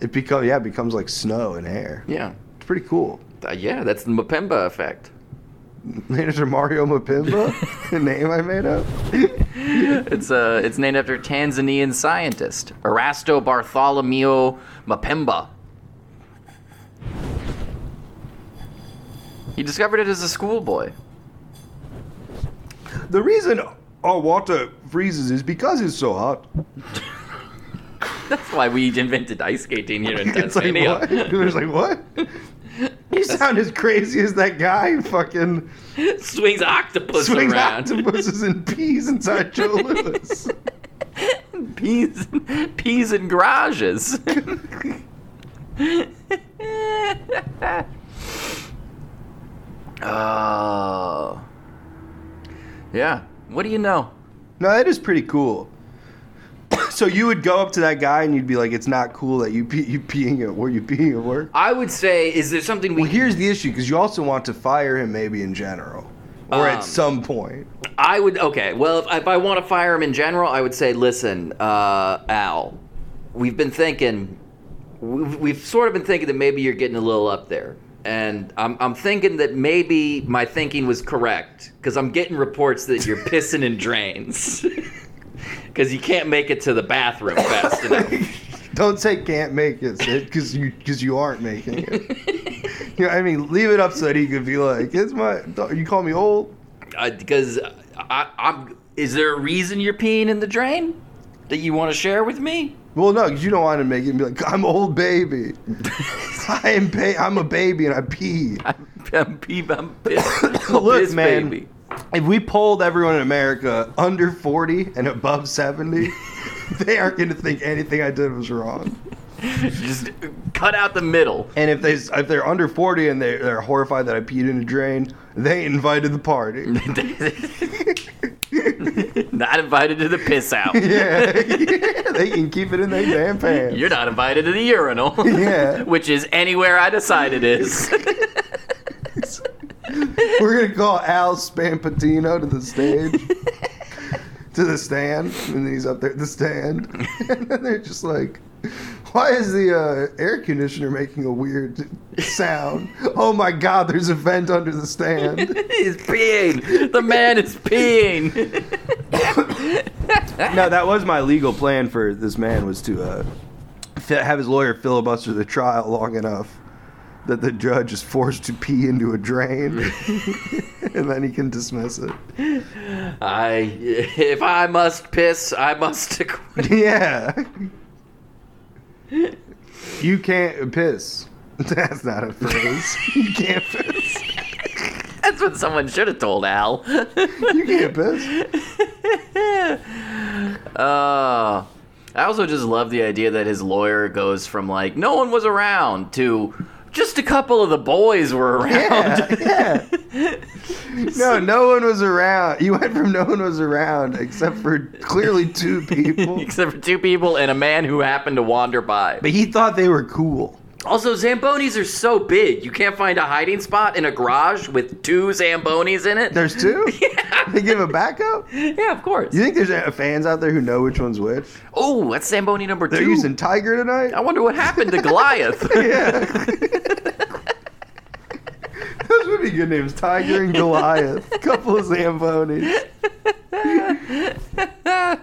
S2: It becomes yeah, it becomes like snow and air.
S1: Yeah,
S2: It's pretty cool.
S1: Uh, yeah, that's the Mapemba effect.
S2: Manager Mario Mapimba, the name I made up.
S1: It's uh, it's named after Tanzanian scientist Erasto Bartholomew Mapemba. He discovered it as a schoolboy.
S2: The reason our water freezes is because it's so hot.
S1: That's why we invented ice skating here in
S2: It's like
S1: Tanzania.
S2: what? There's like what? You sound as crazy as that guy fucking
S1: Swings octopus
S2: swings
S1: around.
S2: octopuses and peas inside Joe Lewis.
S1: peas, peas in garages. oh, yeah. What do you know?
S2: No, that is pretty cool. so you would go up to that guy and you'd be like, "It's not cool that you pee, you peeing at where you peeing at work."
S1: I would say, is there something we?
S2: Well, here's the issue because you also want to fire him maybe in general or
S1: Um,
S2: at some point.
S1: I would. Okay. Well, if, if I want to fire him in general, I would say, listen, uh, Al, we've been thinking, we've, we've sort of been thinking that maybe you're getting a little up there, and I'm I'm thinking that maybe my thinking was correct because I'm getting reports that you're pissing in drains. Because you can't make it to the bathroom fast enough.
S2: Don't say can't make it because you because you aren't making it. you know, I mean, leave it up so that he could be like, "It's my you call me old."
S1: Because Uh, I, I'm. Is there a reason you're peeing in the drain that you want to share with me?
S2: Well, no, 'cause you don't want to make it and be like, "I'm old baby. I am ba- I'm a baby and I pee."
S1: I'm, I'm, pee- I'm pissed. I'm a
S2: Look,
S1: piss
S2: man.
S1: baby.
S2: If we polled everyone in America under 40 and above 70, they aren't going to think anything I did was wrong.
S1: Just cut out the middle.
S2: And if they if they're under 40 and they, they're horrified that I peed in a drain, they ain't invited the party.
S1: not invited to the piss out.
S2: yeah. they can keep it in their damn pants.
S1: You're not invited to the urinal.
S2: Yeah.
S1: Which is anywhere I decide it is.
S2: We're going to call Al Spampatino to the stage. to the stand. And then he's up there at the stand. and then they're just like, why is the uh, air conditioner making a weird sound? Oh my god, there's a vent under the stand.
S1: He's peeing. The man is peeing.
S2: no, that was my legal plan for this man was to uh, fi- have his lawyer filibuster the trial long enough that the judge is forced to pee into a drain, and then he can dismiss it.
S1: I, if I must piss, I must acquit.
S2: Yeah. You can't piss. That's not a phrase. You can't piss.
S1: That's what someone should have told Al.
S2: You can't piss.
S1: Uh, I also just love the idea that his lawyer goes from like no one was around to just a couple of the boys were around.
S2: Yeah, yeah. No, no one was around. You went from no one was around except for clearly two people.
S1: Except for two people and a man who happened to wander by.
S2: But he thought they were cool.
S1: Also, Zambonis are so big, you can't find a hiding spot in a garage with two Zambonis in it.
S2: There's two? They give a backup?
S1: yeah, of course.
S2: You think there's uh, fans out there who know which one's which?
S1: Oh, that's Zamboni number
S2: They're
S1: two.
S2: using Tiger tonight?
S1: I wonder what happened to Goliath.
S2: Yeah. Those would be good names. Tiger and Goliath. Couple of Zambonis.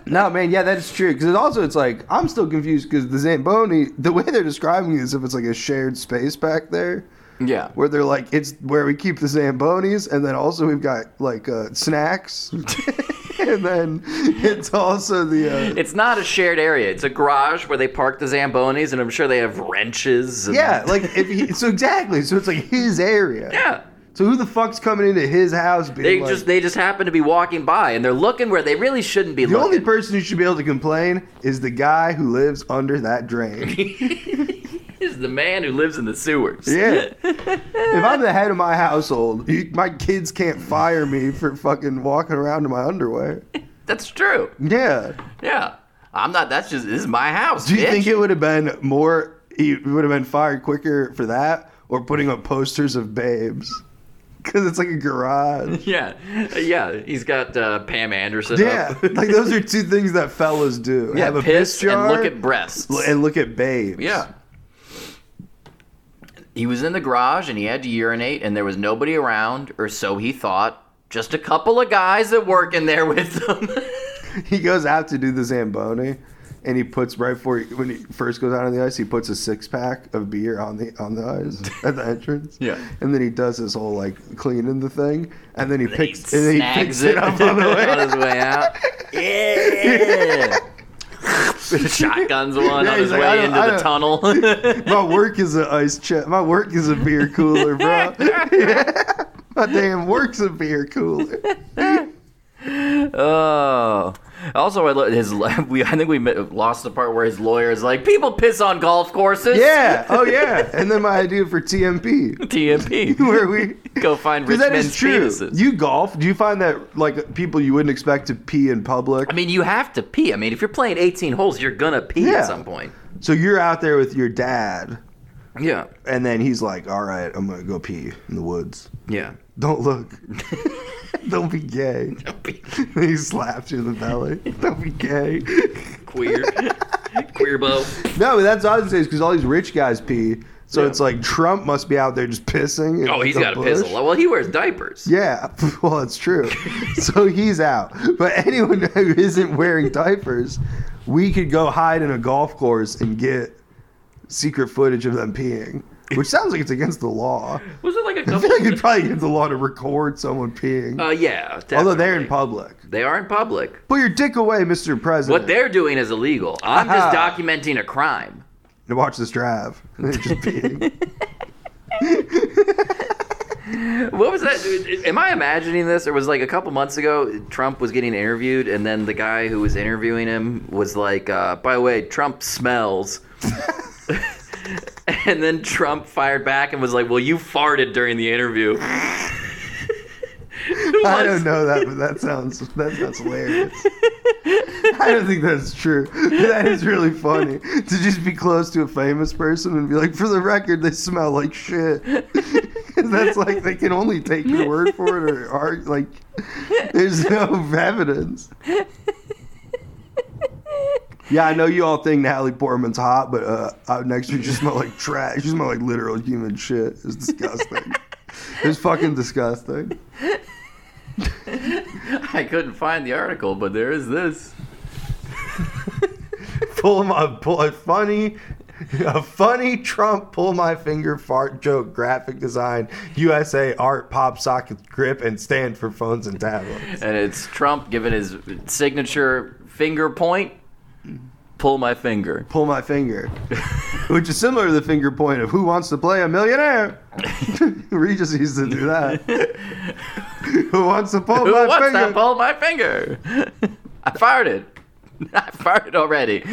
S2: no, man, yeah, that's true. Because also, it's like, I'm still confused because the Zamboni, the way they're describing it is if it's like a shared space back there.
S1: yeah.
S2: where they're like it's where we keep the zambonis and then also we've got like uh, snacks and then it's also the uh,
S1: It's not a shared area. It's a garage where they park the Zambonis, and I'm sure they have wrenches. And...
S2: yeah like if he, so exactly so it's like his area
S1: Yeah.
S2: so who the fuck's coming into his house being
S1: They
S2: like,
S1: just they just happen to be walking by, and they're looking where they really shouldn't be
S2: the only
S1: looking.
S2: person who should be able to complain is the guy who lives under that drain
S1: This is the man who lives in the sewers.
S2: Yeah. if I'm the head of my household, you, my kids can't fire me for fucking walking around in my underwear.
S1: That's true.
S2: Yeah.
S1: Yeah. I'm not. That's just. This is my house.
S2: Do you
S1: bitch.
S2: think it would have been more? He would have been fired quicker for that, or putting up posters of babes, because it's like a garage.
S1: Yeah, yeah. He's got uh, Pam Anderson.
S2: Yeah,
S1: up.
S2: like those are two things that fellas do.
S1: yeah.
S2: Have a piss
S1: piss
S2: jar
S1: and look at breasts.
S2: and look at babes.
S1: yeah. He was in the garage and he had to urinate, and there was nobody around, or so he thought. Just a couple of guys that work in there with him.
S2: he goes out to do the zamboni, and he puts right before he, when he first goes out on the ice, he puts a six pack of beer on the on the ice at the entrance.
S1: Yeah.
S2: and then he does his whole like cleaning the thing, and then he
S1: he
S2: picks and then he
S1: snags
S2: picks it, up on the way.
S1: his way out. Yeah. Shotguns one
S2: Yeah,
S1: on
S2: he's
S1: his
S2: like, I
S1: way
S2: don't-
S1: into
S2: I
S1: the
S2: don't-
S1: tunnel.
S2: My work is an ice chest. My work is a beer cooler, bro. Yeah. My damn work's a beer cooler.
S1: Oh. Also, I lo- his. We, I think we mi- lost the part where his lawyer is like, "People piss on golf courses."
S2: Yeah. Oh yeah. And then my idea for TMP,
S1: TMP.
S2: where we
S1: Go find rich
S2: because that is
S1: men's
S2: true.
S1: penises.
S2: You golf? Do you find that like people you wouldn't expect to pee in public?
S1: I mean, you have to pee. I mean, if you're playing 18 holes, you're gonna pee
S2: Yeah.
S1: at some point.
S2: so you're out there with your dad,
S1: Yeah.
S2: and then he's like, "All right, I'm gonna go pee in the woods.
S1: Yeah.
S2: Don't look. Don't be gay." he slaps you in the belly. Don't be gay.
S1: Queer. Queerbo.
S2: No, but that's what I was saying because all these rich guys pee. So
S1: Yeah.
S2: it's like Trump must be out there just pissing. in
S1: Oh, he's
S2: the
S1: got to piss a
S2: bush.
S1: lot. Well, he wears diapers.
S2: Yeah, well, it's true. so he's out. But anyone who isn't wearing diapers, we could go hide in a golf course and get secret footage of them peeing, which sounds like it's against the law.
S1: Was it like a
S2: I feel like
S1: couple?
S2: it'd probably against the law to record someone peeing,
S1: uh, yeah. Definitely.
S2: although they're in public.
S1: They are in public.
S2: Put your dick away, Mr. President.
S1: What they're doing is illegal. I'm just
S2: Aha.
S1: documenting a crime.
S2: And watch this drive. They're just peeing.
S1: What was that? Am I imagining this? It was like a couple months ago, Trump was getting interviewed, and then the guy who was interviewing him was like, uh, by the way, Trump smells. and then Trump fired back and was like, well, you farted during the interview.
S2: I don't know that, but that sounds that sounds hilarious. I don't think that's true. That is really funny to just be close to a famous person and be like, for the record, they smell like shit. 'Cause that's like they can only take your word for it, or are like, there's no evidence. Yeah, I know you all think Natalie Portman's hot, but uh, out next to you, she smell like trash. You smell like literal human shit. It's disgusting. it's fucking disgusting.
S1: I couldn't find the article, but there is this.
S2: pull my pull a funny a funny Trump pull my finger fart joke graphic design USA art pop socket grip and stand for phones and tablets.
S1: And it's Trump giving his signature finger point. Pull my finger.
S2: Pull my finger, which is similar to the finger point of who wants to play a millionaire. Regis used to do that. who wants to pull
S1: Who
S2: my
S1: wants
S2: finger?
S1: to pull my finger? I farted. I farted already.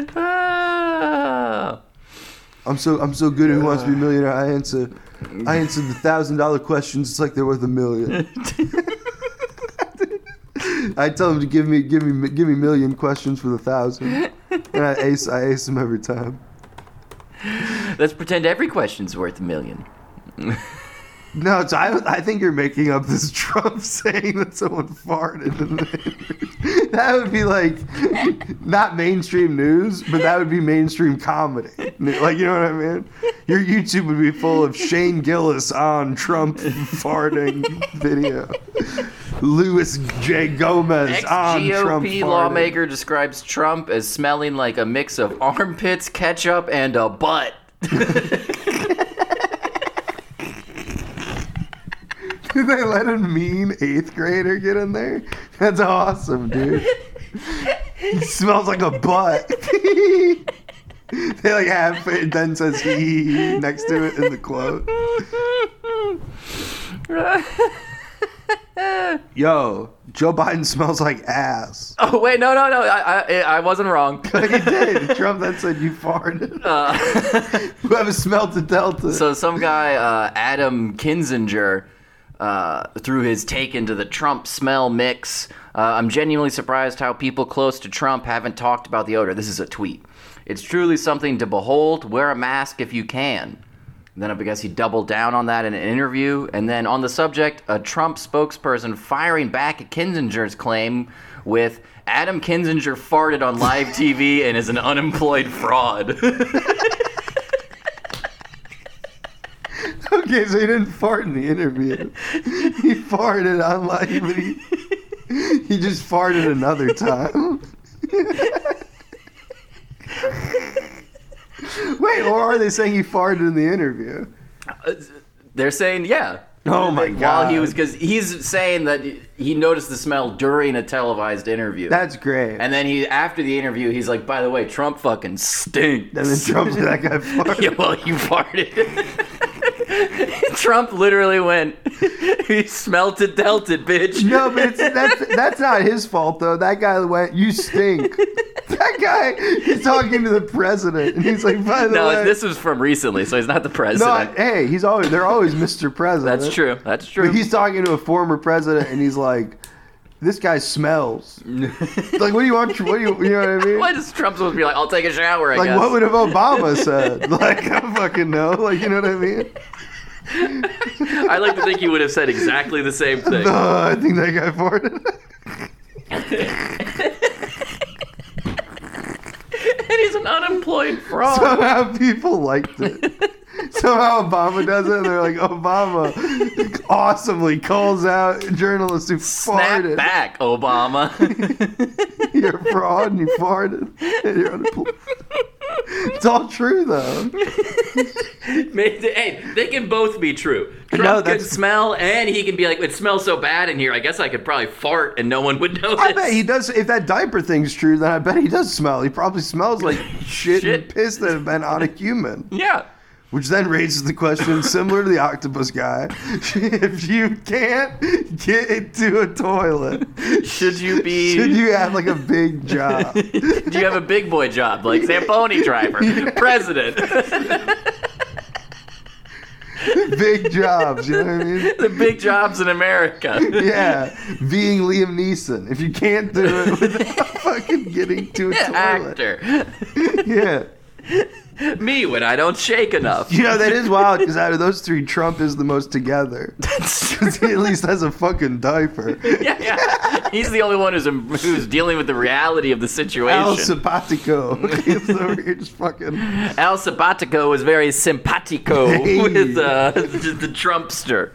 S1: Ah.
S2: I'm so I'm so good at who wants to be a millionaire. I answer I answer the thousand dollar questions. It's like they're worth a million. I tell them to give me give me give me million questions for the thousand, and I ace I ace them every time.
S1: Let's pretend every question's worth a million.
S2: No, it's, I I think you're making up this Trump saying that someone farted. in the- that would be like not mainstream news, but that would be mainstream comedy. Like you know what I mean? Your YouTube would be full of Shane Gillis on Trump farting video. Louis J. Gomez
S1: Ex
S2: on Trump
S1: GOP
S2: farting.
S1: lawmaker describes Trump as smelling like a mix of armpits, ketchup, and a butt.
S2: Did they let a mean eighth grader get in there? That's awesome, dude. he smells like a butt. they like have it then says he next to it in the quote.
S1: eh.
S2: Yo, Joe Biden smells like ass.
S1: Oh wait, no, no, no. I, I, I wasn't wrong.
S2: Like he did. Trump then said you farted.
S1: Uh,
S2: You haven't smelled the Delta.
S1: so some guy, uh, Adam Kinzinger, uh, threw his take into the Trump smell mix. Uh, I'm genuinely surprised how people close to Trump haven't talked about the odor. This is a tweet. It's truly something to behold. Wear a mask if you can. Then I guess he doubled down on that in an interview. And then on the subject, a Trump spokesperson firing back at Kinzinger's claim with Adam Kinzinger farted on live TV and is an unemployed fraud.
S2: okay, so he didn't fart in the interview. He farted on live, but he, he just farted another time. Wait, or are they saying he farted in the interview?
S1: They're saying, yeah.
S2: Oh my
S1: While he
S2: God.
S1: was, because he's saying that he noticed the smell during a televised interview.
S2: That's great.
S1: and then he, after the interview, he's like, by the way, Trump fucking stinks.
S2: And then Trump's that guy farted.
S1: yeah, well, you farted. Trump literally went, he smelt it, dealt it, bitch.
S2: No, but it's, that's that's not his fault though. That guy went, "You stink." that guy is talking to the president, and he's like, "By the
S1: No,
S2: way,
S1: this was from recently, so he's not the
S2: no,
S1: president.
S2: I- hey, he's always they're always Mr. President."
S1: That's true. That's
S2: But
S1: true.
S2: he's talking to a former president, and he's like, "This guy smells." like, what do you want? What do you you know what I mean?
S1: Why does Trump supposed to be like, I'll take a shower, I
S2: like,
S1: guess?
S2: what would have Obama said? like, I don't fucking know. Like, you know what I mean?
S1: I like to think he would have said exactly the same thing.
S2: No, I think that guy farted.
S1: and he's an unemployed fraud.
S2: Somehow people liked it. Somehow Obama does it, and they're like, Obama awesomely calls out journalists who
S1: Snap
S2: farted.
S1: back, Obama.
S2: You're a fraud and you farted. And you're unemployed. It's all true, though.
S1: May- hey, they can both be true. Trump
S2: No,
S1: could
S2: that's-
S1: smell, and he can be like, "It smells so bad in here. I guess I could probably fart, and no one would notice."
S2: I bet he does. If that diaper thing's true, then I bet he does smell. He probably smells like shit, and
S1: Shit.
S2: piss that have been on a human.
S1: yeah.
S2: Which then raises the question, similar to the octopus guy, if you can't get into a toilet,
S1: Should you be-
S2: Should you have like a big job?
S1: Do you have a big boy job like Zamboni driver, president?
S2: big jobs, you know what I mean?
S1: the big jobs in America.
S2: Yeah, being Liam Neeson. If you can't do it without fucking getting to a toilet,
S1: Actor.
S2: yeah.
S1: Me when I don't shake enough.
S2: You know that is wild because out of those three, Trump is the most together.
S1: That's true.
S2: 'Cause he at least has a fucking diaper.
S1: Yeah, yeah. He's the only one who's who's dealing with the reality of the situation.
S2: El Sapatico. He's over here just fucking.
S1: Al Sabatico was very simpatico
S2: Hey.
S1: with uh, just the Trumpster.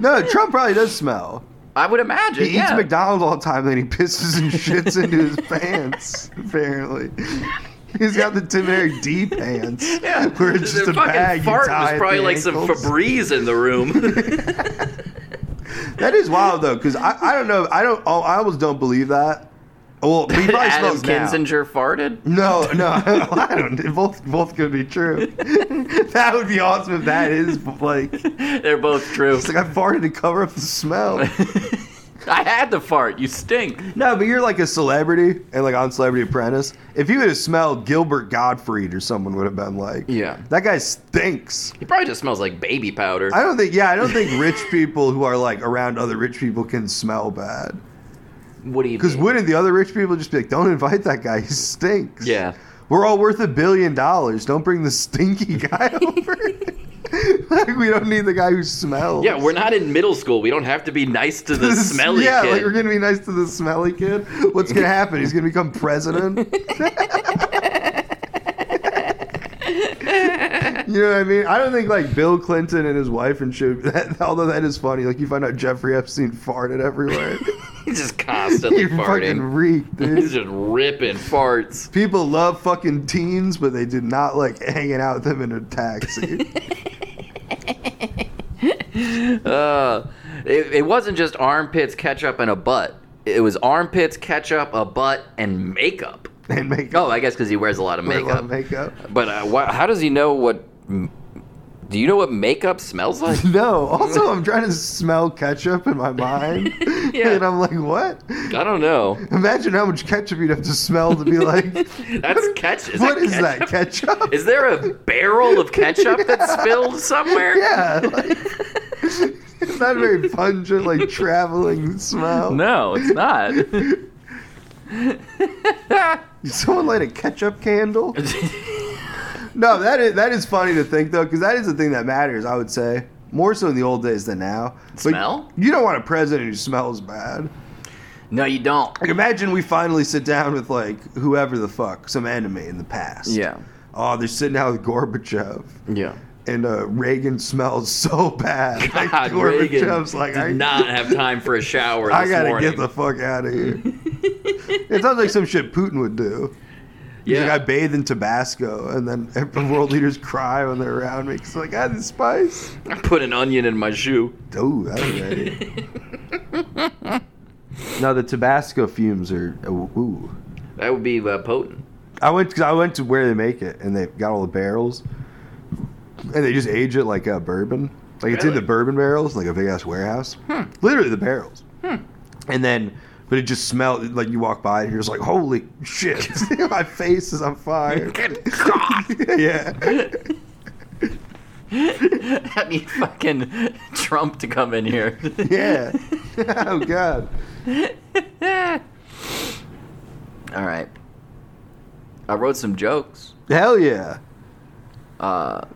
S2: No, Trump probably does smell.
S1: I would imagine.
S2: He
S1: yeah.
S2: eats McDonald's all the time, then he pisses and shits into his pants. Apparently, he's got the Tim Eric D pants.
S1: Yeah.
S2: where it's just
S1: the
S2: a
S1: fucking
S2: bag. you
S1: fart
S2: tie
S1: was
S2: at
S1: probably
S2: the
S1: like some
S2: ankles.
S1: Febreze in the room.
S2: That is wild though, because I, I don't know. I don't. Oh, I almost don't believe that. Well, he probably
S1: Adam
S2: smells now.
S1: Kinzinger farted.
S2: No, no, I don't. Both both could be true. that would be awesome if that is like.
S1: They're both true.
S2: It's like I farted to cover up the smell.
S1: I had to fart. You stink.
S2: No, but you're like a celebrity and like on Celebrity Apprentice. If you would have smelled Gilbert Gottfried or someone would have been like,
S1: Yeah.
S2: that guy stinks.
S1: He probably just smells like baby powder.
S2: I don't think, yeah, I don't think rich people who are like around other rich people can smell bad.
S1: what do you?
S2: Because
S1: mean?
S2: wouldn't the other rich people just be like, don't invite that guy? He stinks.
S1: Yeah.
S2: We're all worth a billion dollars. Don't bring the stinky guy over. like, we don't need the guy who smells.
S1: Yeah, we're not in middle school. We don't have to be nice to the
S2: This-
S1: smelly
S2: yeah,
S1: kid.
S2: like we're gonna be nice to the smelly kid. What's gonna happen? He's gonna become president. you know what I mean? I don't think like Bill Clinton and his wife and shit. That, although that is funny. Like you find out Jeffrey Epstein farted everywhere.
S1: He's just
S2: he
S1: constantly
S2: fucking
S1: farting.
S2: reeked,
S1: He's
S2: dude.
S1: just ripping farts.
S2: People love fucking teens, but they did not like hanging out with them in a taxi.
S1: Uh, it, it wasn't just armpits, ketchup, and a butt. It was armpits, ketchup, a butt, and makeup.
S2: and make
S1: Oh, I guess because he wears a lot of
S2: wear a lot
S1: makeup.
S2: of makeup.
S1: But uh, why, how does he know what m- Do you know what makeup smells like?
S2: No. Also, I'm trying to smell ketchup in my mind,
S1: Yeah.
S2: and I'm like, what?
S1: I don't know.
S2: Imagine how much ketchup you'd have to smell to be like,
S1: That's ketchup. Is
S2: what
S1: that
S2: is that
S1: ketchup?
S2: ketchup?
S1: Is there a barrel of ketchup that's spilled somewhere?
S2: yeah. Like, it's not a very pungent, like traveling smell.
S1: No, it's not.
S2: Did someone light a ketchup candle? No, that is that is funny to think though, because that is the thing that matters. I would say more so in the old days than now. But
S1: Smell?
S2: You don't want a president who smells bad.
S1: no, you don't.
S2: Like imagine we finally sit down with like whoever the fuck, some enemy in the past.
S1: Yeah.
S2: Oh, they're sitting down with Gorbachev,
S1: Yeah.
S2: and uh, Reagan smells so bad. Like,
S1: God, Reagan
S2: Gorbachev's like,
S1: did
S2: I,
S1: not have time for a shower. This
S2: I gotta
S1: morning.
S2: get the fuck out of here. it sounds like some shit Putin would do. He's
S1: Yeah.
S2: like, I bathe in Tabasco, and then every- world leaders cry when they're around me. It's like, ah, this spice.
S1: I put an onion in my shoe.
S2: Oh, that was right. no, the Tabasco fumes are. uh, Ooh.
S1: That would be uh, potent.
S2: I went. 'cause I went to where they make it, and they've got all the barrels, and they just age it like a bourbon. Like it's
S1: Really?
S2: in
S1: Hmm.
S2: the bourbon barrels, like a big ass warehouse. Literally the barrels. And then, but it just smells like you walk by and you're just like, holy shit, my face is on fire.
S1: Good God.
S2: yeah.
S1: I need fucking Trump to come in here.
S2: Yeah. oh god.
S1: All right. I wrote some jokes.
S2: Hell yeah.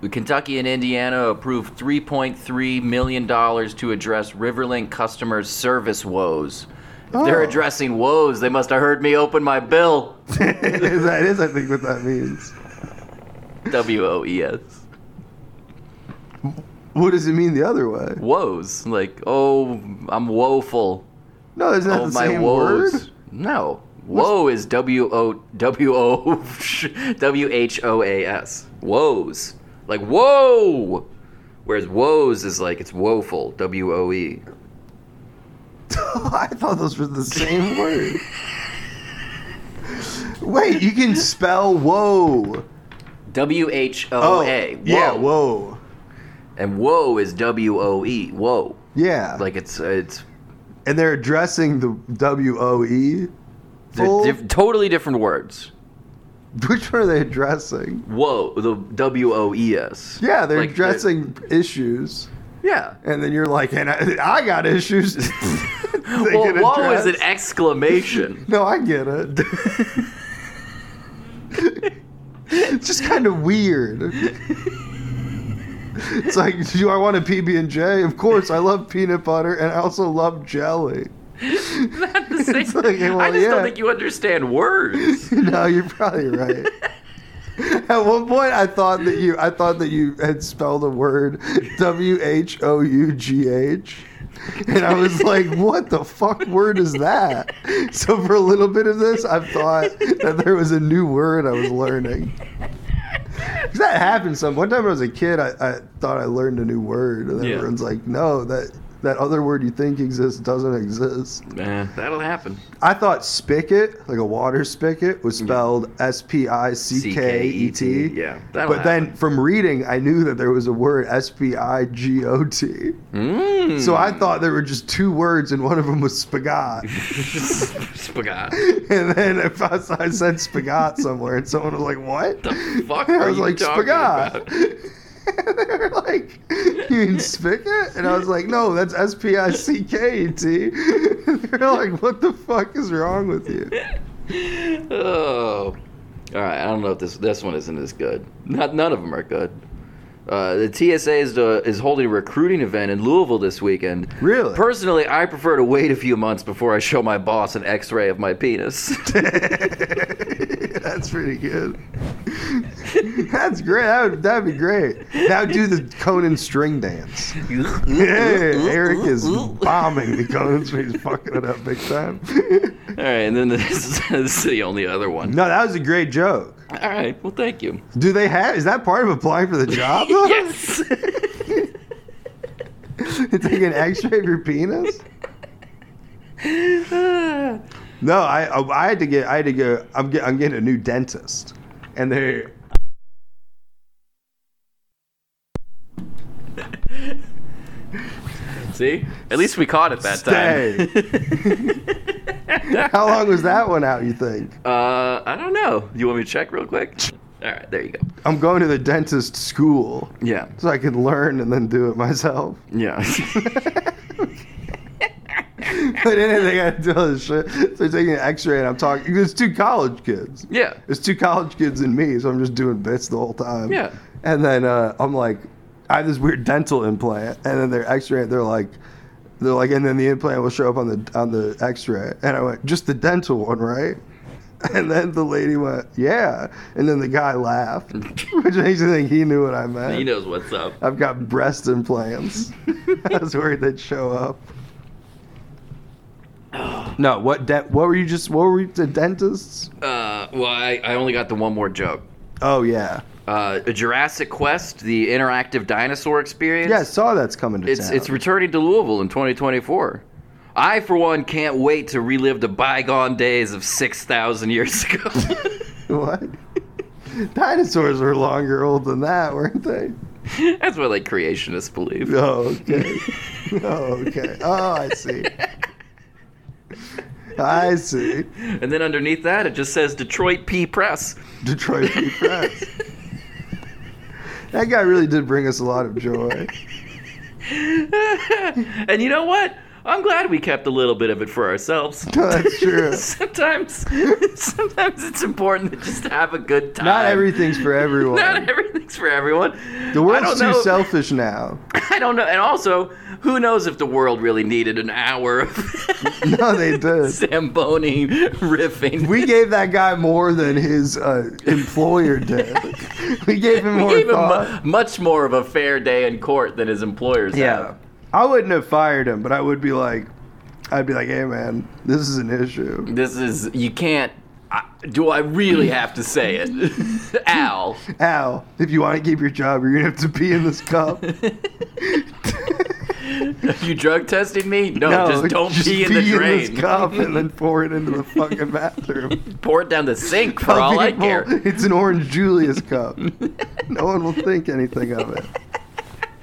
S1: Uh, Kentucky and Indiana approved $3.3 million to address Riverlink customers' service woes. If they're
S2: Oh.
S1: addressing woes, they must have heard me open my bill.
S2: that is, I think, what that means.
S1: W O E S.
S2: What does it mean the other way?
S1: Woes. Like, oh, I'm woeful.
S2: No, it's not
S1: oh,
S2: the
S1: my
S2: same
S1: woes.
S2: word.
S1: No. Woe is W O W O W H O A S. Woes. Like, whoa! Whereas woes is like, it's woeful. W O E.
S2: I thought those were the same word. Wait, you can spell whoa.
S1: W H O Oh, A. Woe.
S2: Oh, yeah, whoa.
S1: And woe is W O E. Woe.
S2: Yeah.
S1: Like it's uh, it's
S2: and they're addressing the W O E.
S1: they're diff- totally different words.
S2: Which one are they addressing?
S1: Woe, the W O E S.
S2: Yeah, they're
S1: Like,
S2: addressing issues.
S1: Yeah.
S2: And then you're like, and I, I got issues. They
S1: Well,
S2: can
S1: woe is
S2: address-
S1: an exclamation.
S2: No, I get it. it's just kind of weird. It's like, do I want a PB and J? Of course, I love peanut butter, and I also love jelly.
S1: Not the same.
S2: It's like, well,
S1: I just
S2: yeah.
S1: don't think you understand words.
S2: No, you're probably right. At one point, I thought that you, I thought that you had spelled a word W H O U G H, and I was like, "What the fuck word is that?" So for a little bit of this, I thought that there was a new word I was learning. 'Cause That happened some. One time when I was a kid, I, I thought I learned a new word, and then
S1: Yeah.
S2: everyone's like, "No, that that other word you think exists doesn't exist."
S1: that'll happen.
S2: I thought spigot, like a water spigot,
S1: Mm-hmm.
S2: was spelled S P I C K E T.
S1: Yeah. That'll
S2: But then from reading, I knew that there was a word S P I G O T.
S1: Mm.
S2: So I thought there were just two words, and one of them was spagat.
S1: Spagat.
S2: and then if I, s- I said spagat somewhere, and someone was like, "What?"
S1: The fuck
S2: And
S1: are
S2: I was
S1: you
S2: like,
S1: talking
S2: "Spagat."
S1: about?
S2: And they were like, "You mean spigot?" And I was like, "No, that's S P I C K E T." They're like, "What the fuck is wrong with you?"
S1: oh. All right, I don't know if this this one isn't as good. Not none of them are good. Uh, the TSA is uh, is holding a recruiting event in Louisville this weekend.
S2: Really?
S1: Personally, I prefer to wait a few months before I show my boss an X-ray of my penis.
S2: That's pretty good. That's great. That would, that'd be great. Now do the Conan string dance. Yeah, Eric is bombing the Conan string. He's fucking it up big time.
S1: All right, and then this, this is the only other one.
S2: No, that was a great joke.
S1: All right, well, thank you.
S2: Do they have? Is that part of applying for the job? though?
S1: Yes.
S2: It's like an X-ray of your penis. No, I I I had to get I had to go. I'm get, I'm getting a new dentist, and they
S1: See? At least we caught it that time.
S2: How long was that one out, you think?
S1: Uh, I don't know. You want me to check real quick? All right, there you go.
S2: I'm going to the dentist school
S1: Yeah.
S2: so I can learn and then do it myself.
S1: Yeah.
S2: They didn't think I'd do all this shit. So they're taking an x-ray and I'm talking. There's two college kids.
S1: yeah.
S2: It's two college kids and me, so I'm just doing bits the whole time.
S1: Yeah.
S2: And then uh, I'm like, I have this weird dental implant, and then they're X-ray. They're like, they're like, and then the implant will show up on the on the X-ray. And I went, just the dental one, right? And then the lady went, yeah. And then the guy laughed, which makes me think he knew what I meant.
S1: He knows what's up.
S2: I've got breast implants. I was worried they'd show up. No, what de- what were you just what were we the dentists?
S1: Uh, well, I, I only got the one more joke.
S2: Oh yeah.
S1: Uh, Jurassic Quest, the interactive dinosaur experience.
S2: Yeah, I saw that's coming to
S1: It's
S2: town.
S1: it's returning to Louisville in 2024. I, for one, can't wait to relive the bygone days of 6,000 years ago.
S2: what? Dinosaurs were longer old than that, weren't they?
S1: That's what like creationists believe.
S2: Oh, okay. oh, okay. Oh, I see. I see.
S1: And then underneath that, it just says Detroit P Press.
S2: Detroit Free Press. That guy really did bring us a lot of joy.
S1: and you know what? I'm glad we kept a little bit of it for ourselves.
S2: No, that's true.
S1: sometimes, sometimes it's important to just have a good time.
S2: Not everything's for everyone.
S1: Not everything's for everyone.
S2: the
S1: I don't
S2: world's too
S1: know-
S2: selfish now.
S1: I don't know. And also, who knows if the world really needed an hour of
S2: No, they did.
S1: Zamboni riffing.
S2: We gave that guy more than his uh, employer did. We gave him
S1: We
S2: more
S1: gave him
S2: thought.
S1: mu- much more of a fair day in court than his employers
S2: Yeah.
S1: have.
S2: Uh, I wouldn't have fired him, but I would be like, I'd be like, hey, man, this is an issue.
S1: This is, you can't, I, do I really have to say it? Al.
S2: Al, if you want to keep your job, you're going to have to pee in this cup.
S1: You drug tested me? No, just don't pee in the
S2: In this
S1: drain.
S2: cup and then pour it into the fucking bathroom.
S1: Pour it down the sink for all I
S2: People,
S1: care.
S2: It's an Orange Julius cup. no one will think anything of it.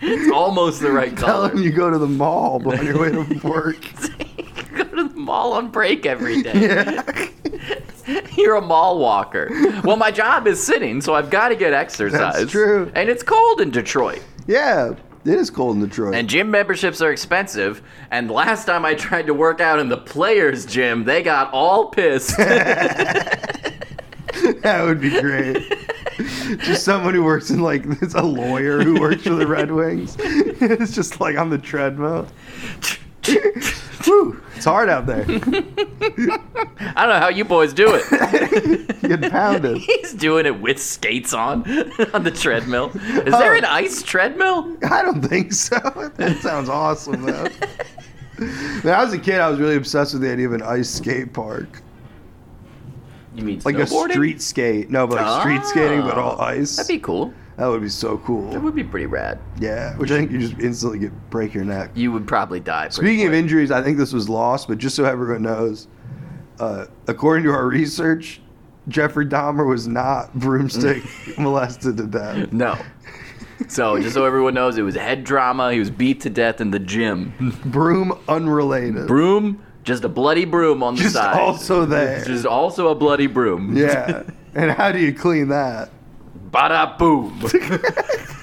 S1: It's almost the right
S2: Tell
S1: color.
S2: them you go to the mall on your way to work.
S1: Go to the mall on break every day.
S2: Yeah.
S1: You're a mall walker. Well, my job is sitting, so I've got to get exercise.
S2: That's true.
S1: And it's cold in Detroit.
S2: Yeah. It is cold in Detroit.
S1: And gym memberships are expensive. And last time I tried to work out in the players' gym, they got all pissed.
S2: That would be great. just someone who works in like it's a lawyer who works for the Red Wings. it's just like on the treadmill. Whew, it's hard out there. You
S1: I don't know how you boys do it.
S2: get pounded.
S1: He's doing it with skates on on the treadmill. Is there
S2: Oh.
S1: an ice treadmill?
S2: I don't think so. That sounds awesome though. When I was a kid, I was really obsessed with the idea of an ice skate park,
S1: You mean
S2: like a
S1: snowboarding?
S2: street skate. No, but like street skating, but all
S1: Oh.
S2: ice.
S1: That'd be cool.
S2: that would be so
S1: That
S2: cool.
S1: would be pretty rad.
S2: Yeah, which I think you just instantly get break your neck.
S1: You would probably die. pretty
S2: Speaking of
S1: quick.
S2: injuries, I think this was lost, but just so everyone knows, uh, according to our research, Jeffrey Dahmer was not broomstick molested to death.
S1: no. So just so everyone knows, it was head drama. He was beat to death in the gym.
S2: Broom unrelated.
S1: Broom, just a bloody broom on the
S2: just
S1: side.
S2: also there.
S1: Just also a bloody broom.
S2: yeah. And how do you clean that?
S1: Bada boom.